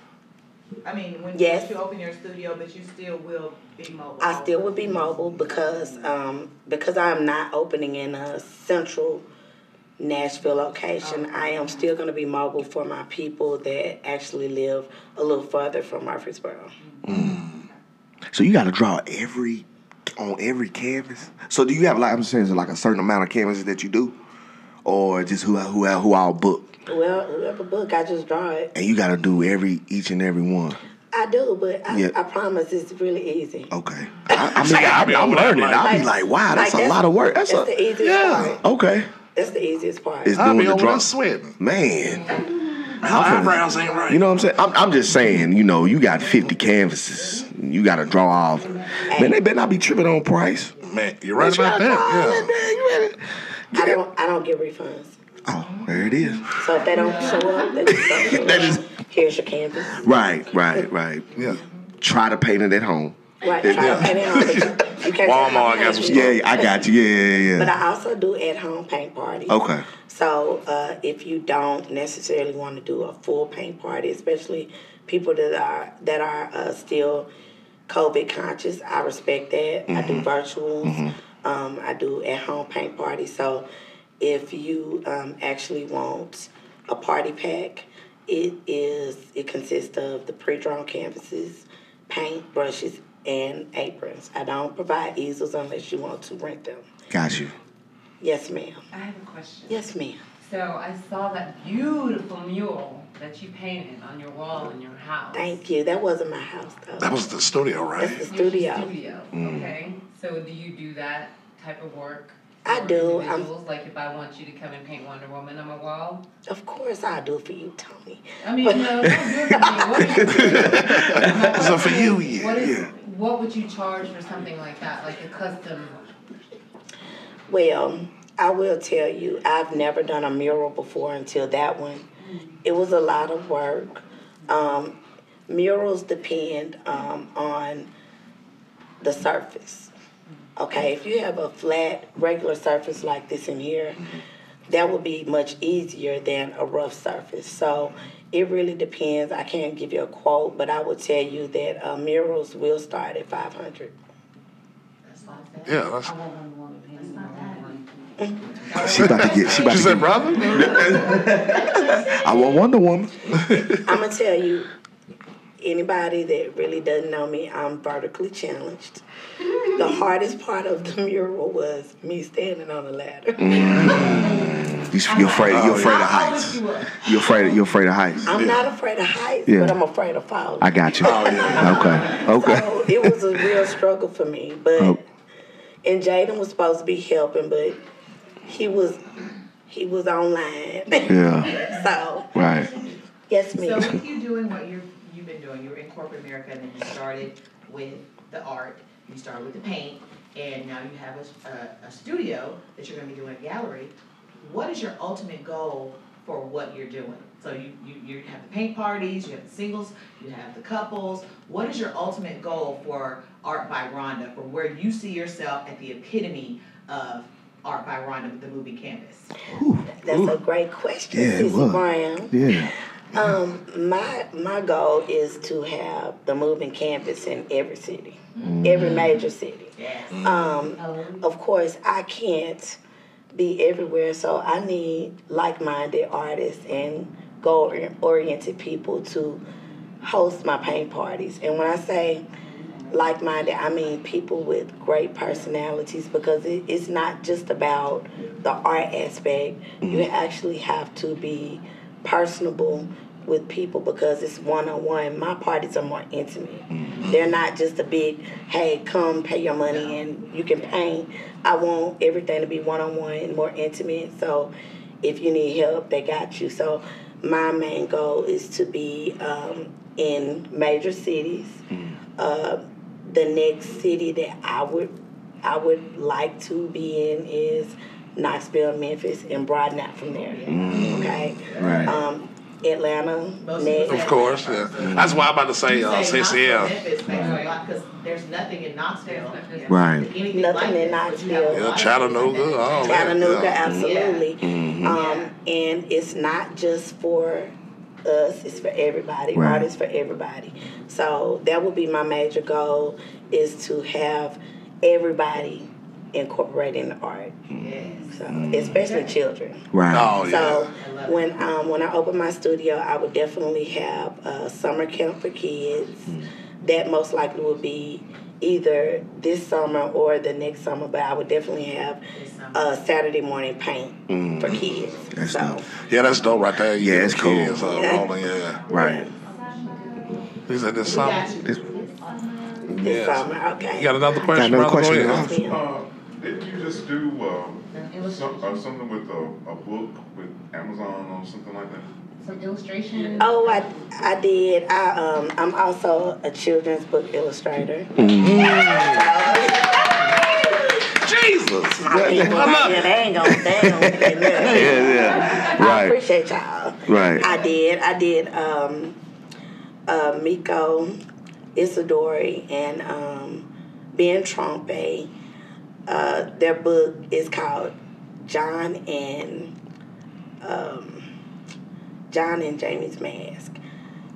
F: I mean, when
C: Yes.
F: once you open your studio, but you still will be mobile.
C: I still would be mobile because um, because I am not opening in a central Nashville location. I am still going to be mobile for my people that actually live a little further from Murfreesboro.
B: So you got to draw every on every canvas. So do you have like I'm saying, is it like a certain amount of canvases that you do, or just who who who I'll book?
C: Well, whoever book, I just draw it.
B: And you got to do every each and every one.
C: I do, but I,
B: Yeah. Oh,
C: I promise it's really easy.
B: Okay. I, I mean,
A: Say, I
B: I,
A: be-
B: am
A: I'm
B: learning.
A: like-
B: I'll be like, wow, that's a lot of work. That's
C: it's
B: a,
C: the easiest
A: yeah.
C: part.
B: okay.
C: That's the easiest part.
B: It's
A: I'll
B: doing
A: be
B: the
A: over there
B: drop.
A: sweating.
B: Man.
A: My eyebrows ain't right.
B: You know what I'm saying? I'm, I'm just saying, you know, you got 50 canvases. You got to draw off. Man, they better not be tripping on price.
A: man, you're right about that. Yeah.
C: I don't I don't get refunds.
B: Oh, there it is.
C: So if they don't show up, they just don't show
B: That
C: up.
B: is-
C: Here's your canvas.
B: Right, right, right.
A: Yeah.
B: Try to paint it at home.
C: Right, try to paint it on, but you, you can't
A: Walmart got some
B: Yeah, I got you. Yeah, yeah,
C: But
B: yeah.
C: I also do at home paint parties.
B: Okay.
C: So uh, if you don't necessarily want to do a full paint party, especially people that are that are uh, still COVID conscious, I respect that. I do virtuals. Um, I do at home paint parties. So if you um, actually want a party pack, it is it consists of the pre drawn canvases, paint brushes, and aprons. I don't provide easels unless you want to rent them.
B: Got you.
C: Yes, ma'am.
G: I have a question.
C: Yes, ma'am.
G: So I saw that beautiful mural that you painted on your wall in your house.
C: Thank you. That wasn't my house though.
A: That was the studio,
C: That's
A: right?
C: the
G: Your
C: studio.
G: Studio. Okay. So do you do that type of work?
C: I
G: for
C: do. um, I'm-
G: individuals? like if I want you to come and paint Wonder Woman on my wall.
C: Of course, I'll do it for you, Tony.
G: I mean, no, don't do it for me. What is-
A: So for you, yeah,
G: What is?
A: yeah.
G: What would you charge for something like that, like a custom?
C: Well, I will tell you, I've never done a mural before until that one. It was a lot of work. Um, murals depend um, on the surface. Okay, if you have a flat, regular surface like this in here, that would be much easier than a rough surface. So it really depends. I can't give you a quote, but I will tell you that uh, murals will start at 500.
G: That's not that.
A: Yeah, that's-
G: I want Wonder Woman painted on my wall.
B: She about to get. She about
A: She
B: to
A: said,
B: get.
A: brother,
B: I want Wonder Woman.
C: I'm gonna tell you, anybody that really doesn't know me, I'm vertically challenged. The hardest part of the mural was me standing on a ladder.
B: Mm, You, you're afraid. You're afraid of
G: I'll lift
B: heights.
G: you up.
B: You're afraid. You're afraid of heights.
C: I'm not afraid of heights,
B: Yeah.
C: but I'm afraid of falling.
B: I got you. Okay. Okay.
C: So it was a real struggle for me, but
B: Oh.
C: and Jaden was supposed to be helping, but he was he was online.
B: Yeah.
C: so
B: Right.
C: yes,
F: So
C: ma'am.
F: with you doing what you're, you've been doing, you were in corporate America and then you started with the art, you started with the paint, and now you have a s- a, a studio that you're gonna be doing a gallery. What is your ultimate goal for what you're doing? So you, you, you have the paint parties, you have the singles, you have the couples. What is your ultimate goal for Art by Rhonda, for where you see yourself at the epitome of Art by Rhonda, the movie canvas?
C: That's a great question,
B: Yeah, it
C: Sissy
B: was.
C: Brown.
B: Yeah.
C: Um, my my goal is to have the moving campus in every city, every major city.
F: Yes.
C: Um, of course, I can't be everywhere, so I need like-minded artists and goal-oriented people to host my paint parties. And when I say like-minded, I mean people with great personalities because it, it's not just about the art aspect. You actually have to be personable with people because it's one-on-one. My parties are more intimate. They're not just a big, hey, come pay your money and you can paint. I want everything to be one-on-one and more intimate. So if you need help, they got you. So my main goal is to be um, in major cities. Uh, the next city that I would I would like to be in is Knoxville, Memphis, and broaden out from there.
B: Mm.
C: Okay,
B: Mm-hmm. Right.
C: um, Atlanta
F: Most
C: next.
F: people
A: of course. Yeah. That's why I'm about to say, uh,
F: Say
A: since
F: Knoxville,
A: yeah,
F: Memphis makes a lot, 'cause there's nothing in Knoxville.
B: Right.
F: Anything
C: Nothing
F: like
C: in
F: this, but you have a
C: Knoxville.
A: yeah,
F: lot of
A: Chattanooga,
F: things like
A: all that.
C: Chattanooga,
A: yeah.
C: absolutely.
B: Mm-hmm.
F: Yeah.
C: Um, and it's not just for us; it's for everybody.
B: Right.
C: Art is for everybody. So that would be my major goal: is to have everybody incorporating the art,
F: that.
E: Mm.
C: so
F: Yes.
C: especially children.
B: Right.
A: Oh, yeah.
C: So
F: I love
C: when um, when I open my studio, I would definitely have a summer camp for kids. That most likely would be either this summer or the next summer, but I would definitely have
F: This summer.
C: a Saturday morning paint for kids.
B: That's
C: so
B: dope.
A: Yeah, that's dope right there. You
B: Yeah,
A: get
B: it's
A: the
B: cool.
A: Kids, uh, rolling, yeah.
B: Right.
A: He said this
D: We
A: summer.
D: got you.
B: This,
A: Yes.
C: This summer, okay.
A: You got another
B: got
A: question?
B: another
A: brother? Go
B: question?
A: ahead.
B: huh?
H: Uh, didn't you just do um, some, uh,
F: Illustration,
H: something with a, a book with Amazon or something like that?
F: some illustration.
C: Oh, I, I did. I um, I'm also a children's book illustrator.
B: Mm-hmm.
A: Jesus.
C: I mean, well, yeah, they ain't gonna, they ain't gonna get
B: Yeah,
C: that.
B: yeah.
C: I
B: Right,
C: appreciate y'all.
B: right.
C: I did. I did. Um, uh, Miko, Isidori, and um, Ben Trompe. Uh, their book is called John and um, John and Jamie's Mask,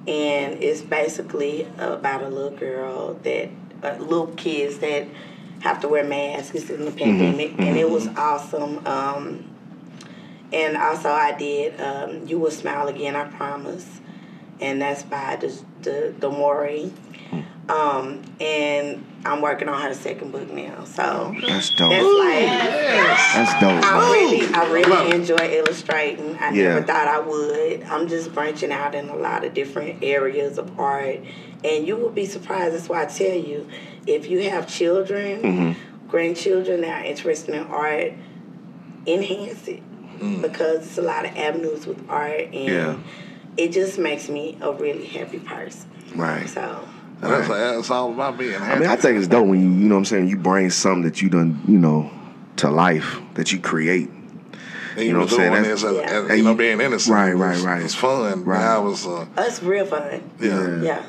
C: and it's basically about a little girl that uh, little kids that have to wear masks in the pandemic, and it was awesome. Um, and also, I did um, "You Will Smile Again," I promise, and that's by the the, the Maury. Um, and I'm working on her second book now, so
B: That's
C: that's
B: dope.
C: like
B: That's dope.
C: I
B: man.
C: really, I really enjoy illustrating. I
B: Yeah.
C: never thought I would. I'm just branching out in a lot of different areas of art, and you will be surprised. That's why I tell you, if you have children,
B: Mm-hmm.
C: grandchildren that are interested in art, enhance it because it's a lot of avenues with art, and
B: Mm. Yeah.
C: it just makes me a really happy person.
B: Right.
C: So.
A: And that's, that's all about being happy.
B: I mean, I think it's dope when you, you know what I'm saying, you bring something that you done, you know, to life, that you create.
A: And
B: You know what I'm saying?
A: doing
B: That's-
A: this as, as,
B: And
A: you know,
B: you-
A: being innocent.
B: Right, right,
A: It's-
B: right.
A: It's fun.
B: Right.
A: Now I was, uh,
C: It's real fun.
A: yeah,
C: Yeah.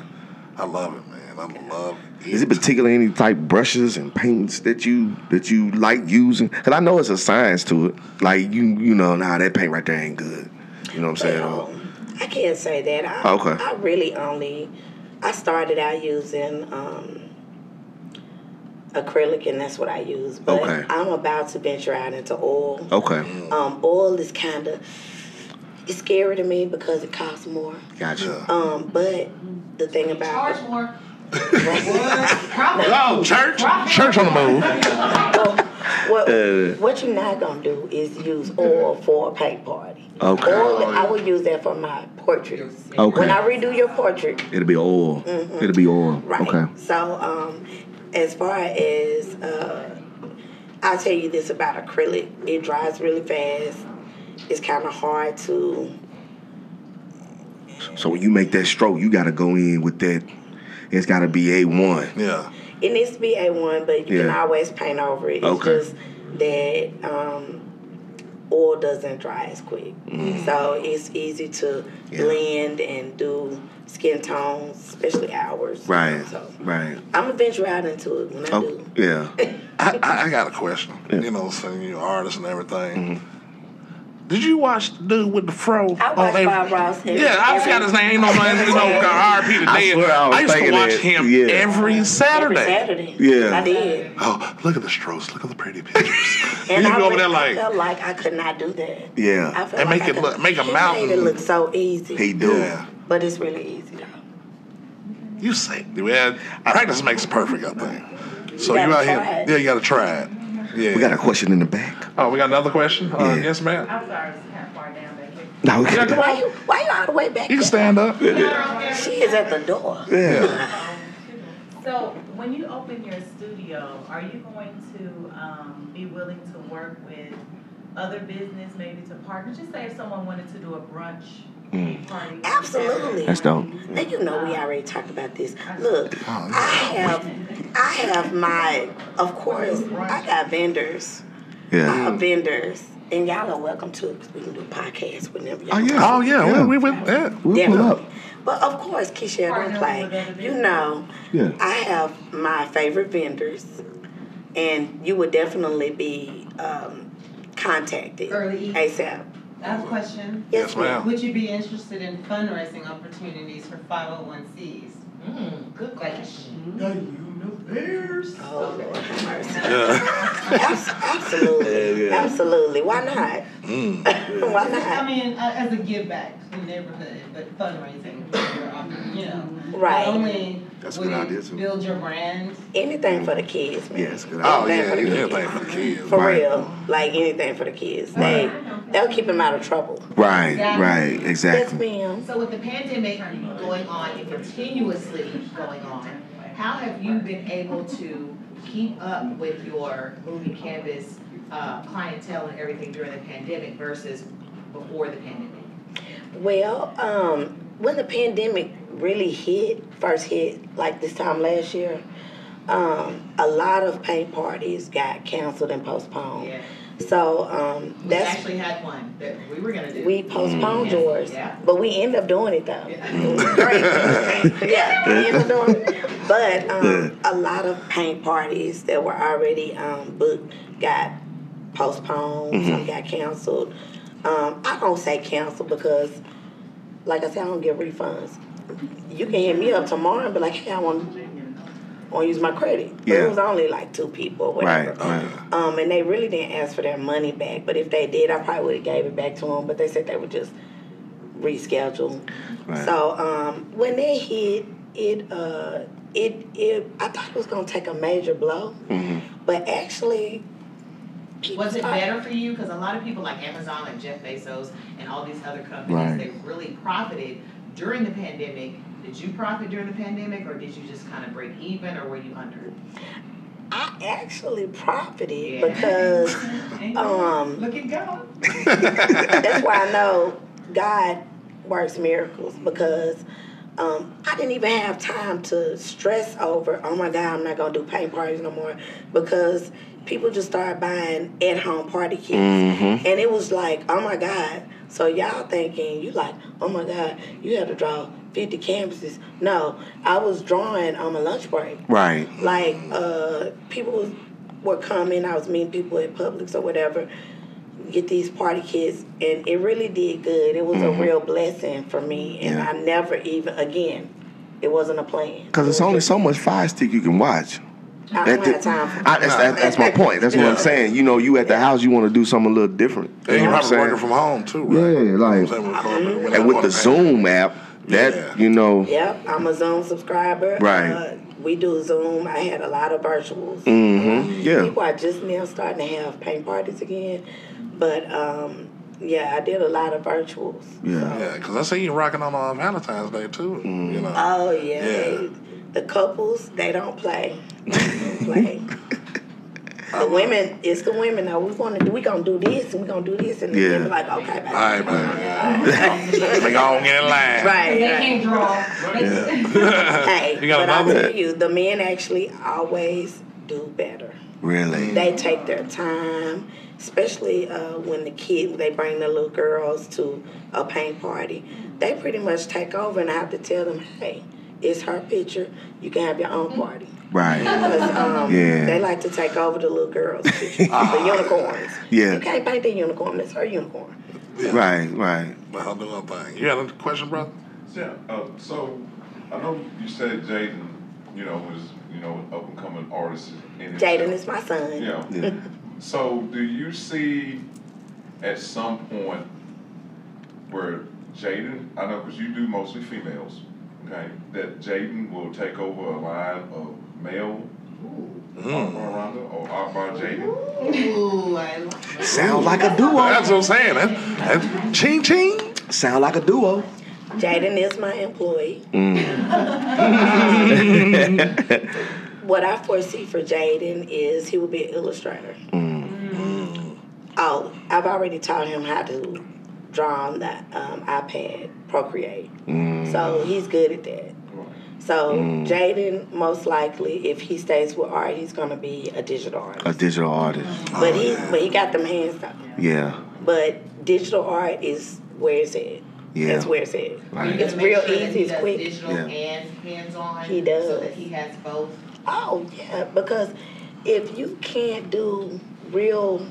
A: I love it, man. I love it.
B: Is it particular any type brushes and paints that you that you like using? Cause I know it's a science to it. Like you, you know, nah, that paint right there ain't good. You know what I'm saying?
C: Well, I can't say that. I,
B: Okay.
C: I really only, I started out using um, acrylic, and that's what I use. But
B: Okay. Oh.
C: I'm about to venture out into oil.
B: okay,
C: Um, oil is kind of it's scary to me because it costs more.
B: gotcha.
C: Um, but the thing about
F: Charge more.
A: Oh, church. Church on the move.
C: Oh, what
B: Uh.
C: what you're not gonna do is use oil for a paint party.
B: Oh, Okay.
C: Oil, I will use that for my portraits.
B: Okay.
C: When I redo your portrait,
B: It'll be oil. It'll be oil.
C: Right.
B: Okay.
C: So, um, as far as uh, I'll tell you this about acrylic, it dries really fast. It's kind of hard to.
B: So when you make that stroke, you gotta go in with that. It's gotta be a one.
A: Yeah.
C: It needs to be a one, but you can
B: Yeah.
C: always paint over it. It's
B: Okay.
C: just that um, oil doesn't dry as quick, so it's easy to
B: Mm. Yeah.
C: blend and do skin tones, especially ours.
B: Right.
C: So
B: Right.
C: I'm gonna venture out into it when I
B: Oh,
C: do.
B: yeah.
A: I, I, I got a question. You know, saying you're an artist and everything.
B: Mm-hmm.
A: Did you watch the dude with the fro?
B: Oh,
C: I
A: on
C: watch
A: every-
C: Bob Ross. every-
A: Yeah, I forgot his name. Ain't no man, you know, God, RP today.
B: swear I was
A: used to
B: thinking
A: watch
B: that.
A: him
B: Yeah.
A: every
C: every
A: Saturday.
C: Saturday.
B: Yeah.
C: I did.
A: Oh, look at the strokes. Look at the pretty pictures.
C: And
A: you
C: I
A: go over there
C: really- I
A: like,
C: felt like I could not do that.
B: Yeah.
C: I felt
A: And
C: like
A: make
C: I
A: it
C: could-
A: look- make a
C: she
A: mountain.
C: Made it look so easy.
B: He do.
A: yeah.
C: But it's really easy though.
A: You say, well, practice makes perfect, I think. So you,
C: You gotta
A: out here,
C: try it.
A: yeah, you gotta try it. Yeah.
B: We got a question in the back.
A: oh, we got another question. Uh,
B: Yeah.
A: Yes, ma'am.
E: I'm sorry, it's kind of far down back here.
B: No, we
A: Yeah, come
C: Why
A: on.
C: you why you all the way back?
A: You can
C: there?
A: stand up.
C: She is at the door.
B: Yeah.
E: So when you open your studio, are you going to um, be willing to work with other business, maybe to partner? Just say if someone wanted to do a brunch party.
C: Absolutely.
B: That's dope.
C: Now you know we already talked about this. Look,
A: Oh,
C: I have I have my of course I got vendors. I
B: Yeah.
C: have vendors. And y'all are welcome to because we can do podcasts whenever y'all
A: Oh yeah. Oh yeah. We, we went that.
B: We'll pull
C: Definitely.
B: up.
C: But of course, Keisha was like, you know,
B: Yeah.
C: I have my favorite vendors, and you would definitely be um, contacted
F: E-
D: Early.
C: ASAP.
D: I have a question.
A: Yes, ma'am.
D: Would you be interested in fundraising opportunities for 501Cs?
F: Mm, good
D: Like,
F: question.
I: Yeah, you
F: no bears.
C: Oh, Lord have mercy.
A: Yeah.
C: Abs- Absolutely,
I: Yeah, yeah.
C: absolutely. Why not?
A: Mm.
C: Why
D: I
C: not?
D: mean, uh, as a give back to the neighborhood, but fundraising, you know.
C: Right.
D: Not only
I: That's a
D: would
I: good
D: it
I: idea, too.
D: Build your brand.
C: Anything for the kids, man.
I: Yeah, it's a good
A: Oh,
I: idea.
A: yeah,
C: Anything for the
A: anything
C: kids.
A: for the kids.
C: For
B: Right.
C: real, like anything for the kids. They they'll keep them out of trouble.
B: Right,
F: Exactly.
B: right,
C: Yes,
B: exactly.
C: ma'am.
F: So with the pandemic going on and continuously going on, how have you been able to keep up with your moving canvas uh, clientele and everything during the pandemic versus before the pandemic?
C: Well, um, when the pandemic really hit, first hit, like this time last year, um, a lot of paint parties got canceled and postponed.
F: Yeah,
C: So um,
F: we
C: that's
F: actually had one that we were gonna do.
C: we postponed yours,
F: Mm. Yeah.
C: but we end up doing it though.
F: Yeah.
C: It was great. yeah, we end up doing it. But um, a lot of paint parties that were already um, booked got postponed.
B: Mm-hmm.
C: Some got canceled. Um, I don't say canceled because, like I said, I don't get refunds. You can hit me up tomorrow and be like, "Hey, I want." Want to use my credit? But
B: Yeah.
C: It was only like two people, or whatever.
B: Right, right.
C: Um, and they really didn't ask for their money back. But if they did, I probably would have gave it back to them. But they said they would just reschedule.
B: uh, Right.
C: So um, when they hit, it uh, it it I thought it was gonna take a major blow, but actually, people
F: Was it
C: start-
F: better for you? Because a lot of people like Amazon, like Jeff Bezos, and all these other companies,
B: Right.
F: they really profited during the pandemic. Did you profit during the pandemic, or did you just kind of break even, or were you under?
C: I actually profited
F: Yeah.
C: because Um,
F: Look at God.
C: that's why I know God works miracles because. Um, I didn't even have time to stress over, oh my God, I'm not going to do paint parties no more because people just started buying at home party kits.
B: Mm-hmm.
C: And it was like, oh my God. So y'all thinking, you like, oh my God, you had to draw 50 canvases. No, I was drawing on my lunch break.
B: Right.
C: Like, uh, people was, were coming, I was meeting people at Publix or whatever, get these party kits. And it really did good. It was a real blessing for me. And
B: Mm-hmm. Yeah.
C: I never even, again, it wasn't a plan.
B: Because it's
C: It was
B: only
C: just-
B: so much fire stick you can watch. That-
C: I don't
B: that-
C: have time for
B: I- that's, that's- that's my point. That's what I'm saying. You know, you at the house, you want to do something a little different.
A: And
B: you
A: you're
B: know what
A: probably
B: I'm saying?
A: working from home too, right?
B: Yeah, like-
A: You know what I'm saying? With corporate,
B: and with the Zoom app, that
A: Yeah.
B: you know,
C: Yep, I'm a Zoom subscriber.
B: Right.
C: Uh, we do Zoom. I had a lot of virtuals.
B: Mhm, yeah.
C: People are just now starting to have paint parties again, but um, yeah, I did a lot of virtuals.
B: yeah,
A: Yeah, because I see you rocking on uh, Valentine's Day too.
B: Mm.
A: You know.
C: Oh yeah.
A: Yeah.
C: The couples they don't play. They don't play. The women, it's the women. Now we want to do. We gonna do this and we gonna do this and
B: Yeah.
C: they're like, okay, baby.
A: All right, man. we gon' get in line.
C: Right.
G: They
C: right.
G: can't draw.
C: Hey,
A: You got
C: but I
A: another?
C: tell you, the men actually always do better.
A: Mm-hmm.
B: really,
C: they take their time, especially uh, when the kid they bring the little girls to a paint party. They pretty much take over, and I have to tell them, "Hey, it's her picture. You can have your own party."
B: right,
C: 'Cause, um,
B: Yeah.
C: they like to take over the little girls' picture, the unicorns.
B: Yeah.
C: you can't paint the unicorn. That's her unicorn.
B: right, right.
A: But I'll do my thing. You got a question, brother?
H: Yeah, uh, so I know you said Jaden, you know, was, you know, an up and coming artist. in himself.
C: Jaden is my son.
H: Yeah.
B: Yeah.
H: So do you see at some point where Jaden, I know because you do mostly females, okay, that Jaden will take over a line of male
C: Mm.
H: Alpha Rhonda or Alpha Jaden?
F: Ooh, I like
B: Sound like a duo.
A: That's what I'm saying. That, that, ching ching.
B: Sound like a duo.
C: Jaden is my employee.
B: Mm.
C: what I foresee for Jaden is he will be an illustrator.
B: Mm.
C: Oh, I've already taught him how to draw on the um, iPad, Procreate.
B: Mm.
C: So he's good at that. So Jaden, most likely, if he stays with art, he's going to be a digital
B: A
C: artist.
B: digital artist.
C: But he, but he got them hands though.
B: Yeah,
C: But digital art is where it's at.
B: Yeah.
C: That's where it's at.
B: right.
C: It's
F: to make
C: real
F: sure that
C: easy,
F: he
C: it's
F: does
C: quick.
F: Digital
B: Yeah.
F: and hands-on.
C: He does.
F: So that he has both.
C: Oh yeah, because if you can't do real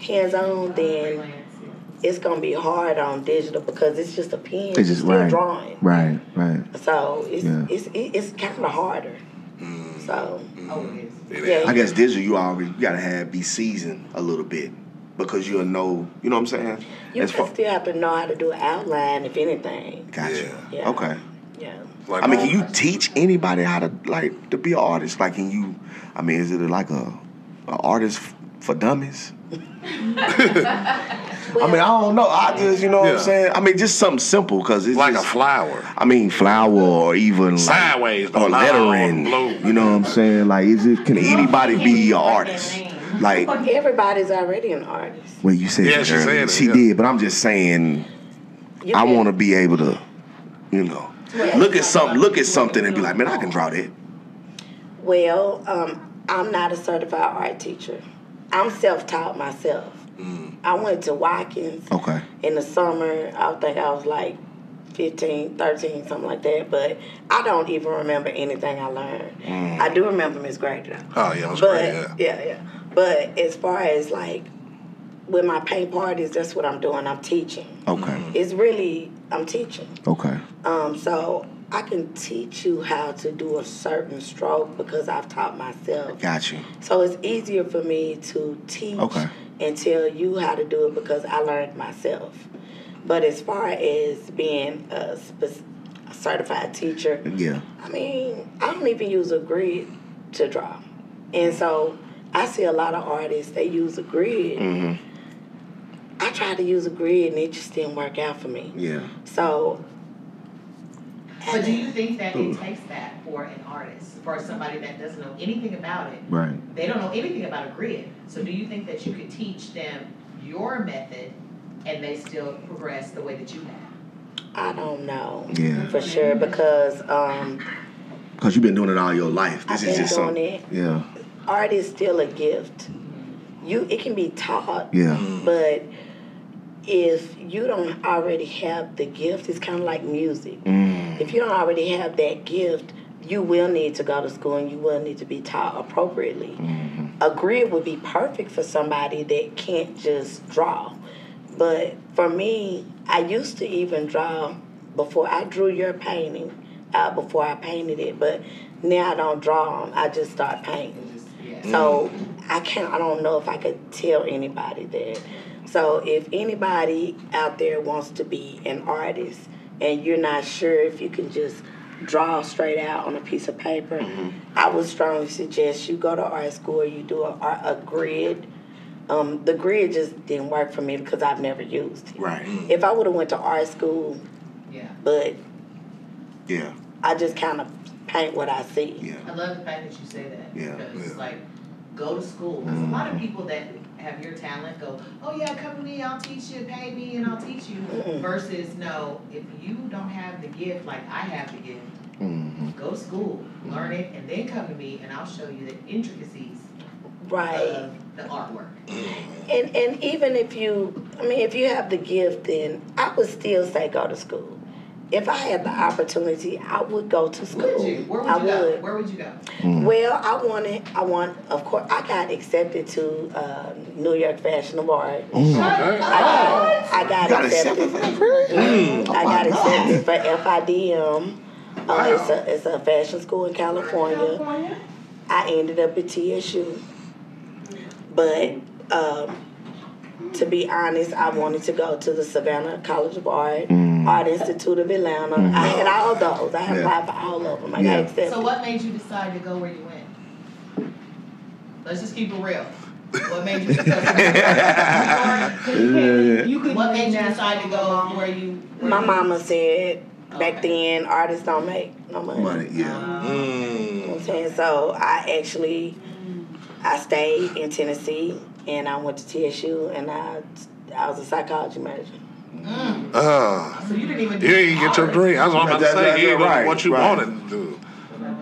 C: hands-on, then it's gonna be hard on digital because it's just a pen.
B: It's just
C: still
B: right,
C: drawing.
B: right, right.
C: So it's
B: Yeah. Mm.
C: it's it- it's kind of harder. So
F: Oh, it is.
C: yeah,
B: I guess digital you already you gotta have be seasoned a little bit because you'll know you know what I'm saying.
C: you
B: As far-
C: can still have to know how to do an outline, if anything.
B: Gotcha.
C: Yeah.
B: Okay.
C: Yeah.
A: Like,
B: I mean, can you teach anybody how to like to be an artist? Like, can you? I mean, is it like a, a artist f- for dummies? I mean, I don't know. I just you know what
A: Yeah.
B: I'm saying. I mean, just something simple because it's
A: like a
B: just-
A: flower.
B: I mean, flower or even like,
A: Sideways, the
B: or
A: line
B: lettering.
A: blue.
B: You know what I'm saying? Like, is it can anybody be an artist? Like,
C: Everybody's already an artist.
B: well, you said
A: Yeah,
B: it
A: she said
B: earlier.
A: it,
B: she
A: yeah.
B: did, but I'm just saying.
C: You
B: I
C: can-
B: want to be able to, you know, look at something, look at something, and be like, man, I can draw that.
C: Well, um, I'm not a certified art teacher. I'm self-taught myself. I went to Watkins
B: Okay.
C: in the summer. I think I was like 15, 13, something like that. But I don't even remember anything I learned. I do remember Miss Grady though.
A: Oh yeah, it was
C: but
A: great. Yeah.
C: yeah, yeah. But as far as like with my paint parties, that's what I'm doing. I'm teaching.
B: Okay.
C: It's really I'm teaching.
B: Okay.
C: Um, so I can teach you how to do a certain stroke because I've taught myself.
B: Got you.
C: So it's easier for me to teach
B: Okay.
C: and tell you how to do it because I learned myself. But as far as being a, spec- a certified teacher,
B: Yeah.
C: I mean, I don't even use a grid to draw. And so I see a lot of artists, they use a grid. I tried to use a grid and it just didn't work out for me.
B: Yeah.
C: So,
F: But do you think that it takes that for an artist, for somebody that doesn't know anything about it?
B: Right.
F: They don't know anything about a grid. So do you think that you could teach them your method and they still progress the way that you have?
C: I don't know
B: Yeah.
C: for sure because um,
B: Cause you've been doing it all your life.
C: I've
B: This
C: been
B: is
C: doing
B: just something.
C: it.
B: Yeah.
C: Art is still a gift. You, it can be taught,
B: Yeah.
C: but if you don't already have the gift, it's kind of like music. If you don't already have that gift, you will need to go to school and you will need to be taught appropriately. A grid would be perfect for somebody that can't just draw. But for me, I used to even draw before I drew your painting out before I painted it, but now I don't draw 'em, I just start painting. So I can't. I don't know if I could tell anybody that. So if anybody out there wants to be an artist and you're not sure if you can just draw straight out on a piece of paper, I would strongly suggest you go to art school. You do a, art- a grid. Um, the grid just didn't work for me because I've never used it.
B: Right.
C: If I would have went to art school,
F: Yeah.
C: but
B: Yeah.
C: I just kind of paint what I see.
B: Yeah.
F: I love the fact that you say that.
B: Yeah.
F: Because it's like, go to school. Because a lot of people that have your talent go, oh yeah, come to me, I'll teach you, pay me, and I'll teach you. Versus, no, if you don't have the gift like I have the gift,
B: hmm
F: go to school, learn it, and then come to me, and I'll show you the intricacies
C: Right.
F: of the artwork.
C: And and even if you, I mean, if you have the gift, then I would still say go to school. If I had the opportunity, I would go to school.
F: Would you? Where would
C: I
F: you go?
C: would.
F: Where would you go?
C: Well, I wanted, I want, of course, I got accepted to uh, New York Fashion Award. I
A: oh.
C: got, I got
B: Got
C: accepted.
B: accepted for that. really?
C: I
B: Oh my God.
C: got accepted for FIDM. Uh, it's, a, it's a fashion school in California. I ended up at TSU. But um, to be honest, I wanted to go to the Savannah College of Art, Art Institute of Atlanta. I had all those. I had
B: Mm. Mm-hmm. Yeah.
C: applied for all of them. I
B: Yeah.
C: got accepted.
F: So what made you decide to go where you went? Let's just keep it real. What made you decide?
G: You could
F: what made you decide to go where you? Where
C: My
F: you-
C: mama said back
F: Okay.
C: then artists don't make no money.
B: Money.
C: Uh,
B: Yeah.
C: You
A: Mm.
C: know what I'm saying? So I actually I stayed in Tennessee and I went to TSU and I I was a psychology major.
A: Uh,
F: So you didn't even.
A: you didn't get your dream. That's what I'm about to
B: That's- that's
A: say. You didn't
B: right,
A: do what you
B: right.
A: wanted to do,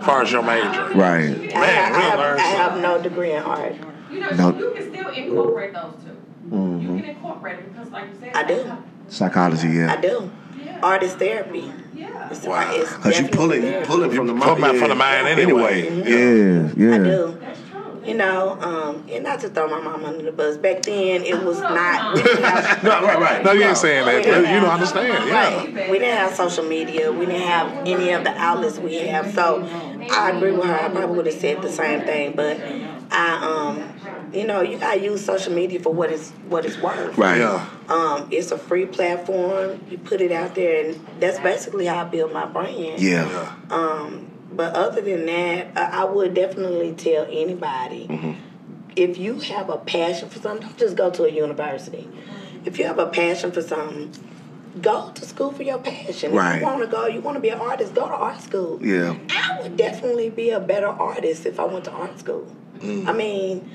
A: as far as your major.
B: Right.
C: I, have, I,
A: we
C: have,
A: learned
C: I have no degree in art.
G: You know,
B: No.
G: you can still incorporate those 2 You can incorporate it because, like you said,
C: Mm-hmm. I do.
B: Psychology.
C: I
B: Yeah.
C: do.
G: Yeah.
C: Artist therapy.
G: Yeah.
C: It's,
A: Wow.
C: it's
B: Cause you
C: definitely
B: pulling, you
C: therapy.
B: pulling from the
A: Come
B: mind.
A: out from the mind anyway.
B: Yeah. Yeah.
C: I do.
G: That's true.
C: You know, um, and not to throw my mom under the bus. Back then, it was not. We didn't have,
B: No, right, right.
A: No, you ain't saying that.
C: Yeah.
A: You don't understand. Yeah.
C: right. We didn't have social media. We didn't have any of the outlets we have. So I agree with her. I probably would have said the same thing, but I, um, you know, you gotta use social media for what it's what it's worth.
B: Right.
A: Yeah.
C: Um, it's a free platform. You put it out there, and that's basically how I build my brand.
B: Yeah.
A: Yeah.
C: Um, but other than that, I, I would definitely tell anybody if you have a passion for something, don't just go to a university. If you have a passion for something, go to school for your passion. If
B: Right.
C: you want to go, you want to be an artist, go to art school.
B: Yeah.
C: I would definitely be a better artist if I went to art school.
B: Mm.
C: I mean,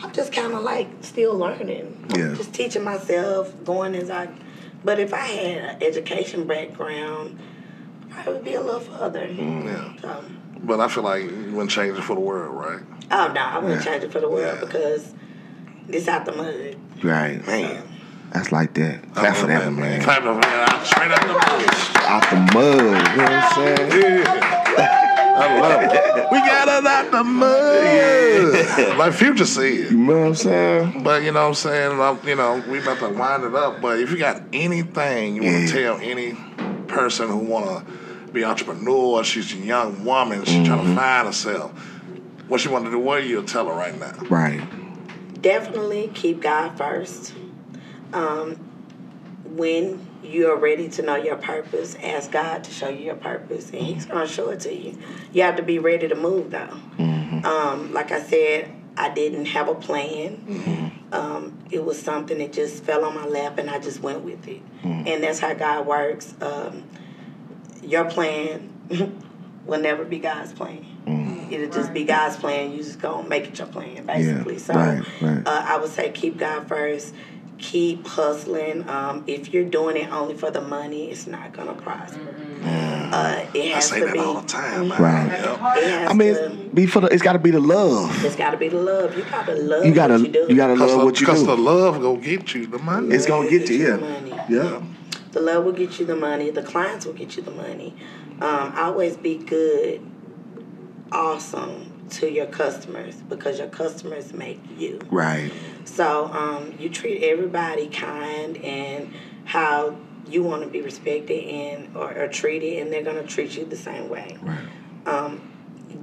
C: I'm just kind of like still learning,
B: Yeah.
C: just teaching myself, going as I. But if I had an education background, I would be a little further.
B: Mm.
A: Yeah.
C: So,
A: But I feel like you wouldn't change it for the world, right?
C: oh no, I wouldn't
B: Yeah.
C: change it for the world
A: Yeah.
C: because it's out the mud.
B: Right.
A: Man.
B: That's like that. Clap for that, man.
A: Clap for that. Straight out the
B: Out the mud. You know what I'm saying?
A: mud. Yeah. I love it. We got it out the mud. Like Future said.
B: You know what I'm saying?
A: But you know what I'm saying? I'm, you know, we about to wind it up. But if you got anything you want
B: Yeah.
A: to tell any person who want to be entrepreneur, she's a young woman, she's trying
B: Mm-hmm.
A: to find herself. What she want to do? What you tell her right now?
B: Right.
C: definitely keep God first. Um, when you are ready to know your purpose, ask God to show you your purpose, and He's going to show it to you. You have to be ready to move, though. Um, like I said, I didn't have a plan.
A: Mm-hmm.
C: Um, it was something that just fell on my lap, and I just went with it.
A: Mm-hmm.
C: And that's how God works. Um, your plan will never be God's plan.
A: Mm-hmm.
C: It'll just be God's plan. You just gonna make it your plan, basically. so
B: right, right.
C: Uh, I would say keep God first. Keep hustling. Um, if you're doing it only for the money, it's not gonna prosper. Uh, it
A: Mm-hmm. I
C: has
A: say
C: to
A: that
C: be.
A: all the time. man.
B: Right.
A: Yep.
C: It has
B: I mean,
C: to,
B: it's, be for the, it's got to be the love.
C: it's gotta be the love. You gotta love
B: You gotta,
C: what you do.
B: you gotta
A: Cause,
B: love
A: the,
B: what you
A: cause the
B: do.
A: love gonna get you the money.
B: It's gonna get you,
C: the
B: yeah,
C: money.
B: yeah,
C: The love will get you the money. The clients will get you the money. Um, always be good, awesome to your customers because your customers make you.
B: right,
C: So um, you treat everybody kind and how you want to be respected and or, or treated, and they're gonna treat you the same way.
B: right,
C: Um,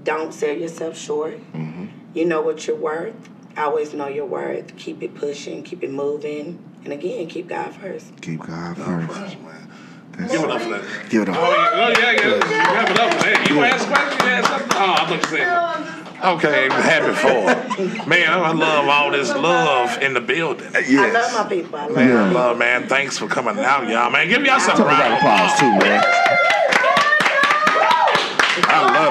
C: don't sell yourself short.
B: Mm-hmm.
C: You know what you're worth. Always know your worth. Keep it pushing. Keep it moving. And again, keep God first.
B: keep God first.
A: Man. Give it up for that.
B: Give it up.
I: Oh, yeah, yeah. Wrap it up for that. You asked questions, you asked something. Oh, I thought you said something.
F: Oh,
A: Okay, happy for her. man. I love all this love in the building.
C: I love
B: Yes.
C: my people. I love
A: Man,
C: my
A: I
B: Yeah.
A: love man. Thanks for coming out, y'all. Man, give y'all some
B: Talk
A: round
B: about
A: of
B: applause
A: applause.
B: too, man.
A: I
F: oh,
A: love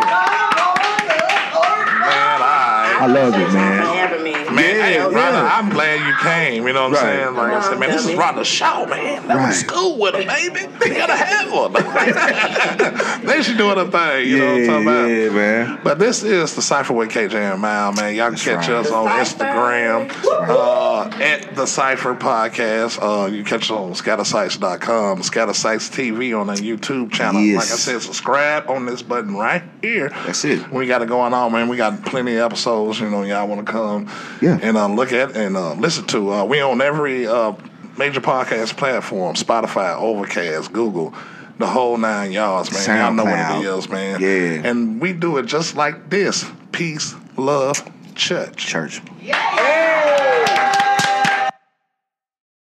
A: it. Man, I.
B: I love it,
C: for
B: man.
C: having me.
A: Man, hey,
B: Yeah,
A: Rhonda,
B: yeah.
A: I'm glad you came. You know what I'm
B: Right.
A: saying? Like I said, man, this is Rhonda Shaw, man. That
B: Right.
A: was school with her, baby. You gotta have her. they should do her thing. You know what I'm
B: Yeah,
A: talking about?
B: yeah, man.
A: But this is the Cipher with KJ and Mal, man. Y'all can catch
B: right.
A: us on
C: Decipher.
A: Instagram uh, at the Cipher Podcast. Uh, you catch us on scattersites.com, Scattersites TV on our YouTube channel.
B: Yes.
A: Like I said, subscribe on this button right here.
B: That's it.
A: We got it going on, man. We got plenty of episodes. You know, y'all want to come
B: Yeah.
A: and uh, look at and uh, listen to. Uh, we on every uh, major podcast platform: Spotify, Overcast, Google. The whole nine yards, man. Y'all know what
B: SoundCloud.
A: it is, man.
B: Yeah.
A: And we do it just like this peace, love, church.
B: Church.
F: Yeah.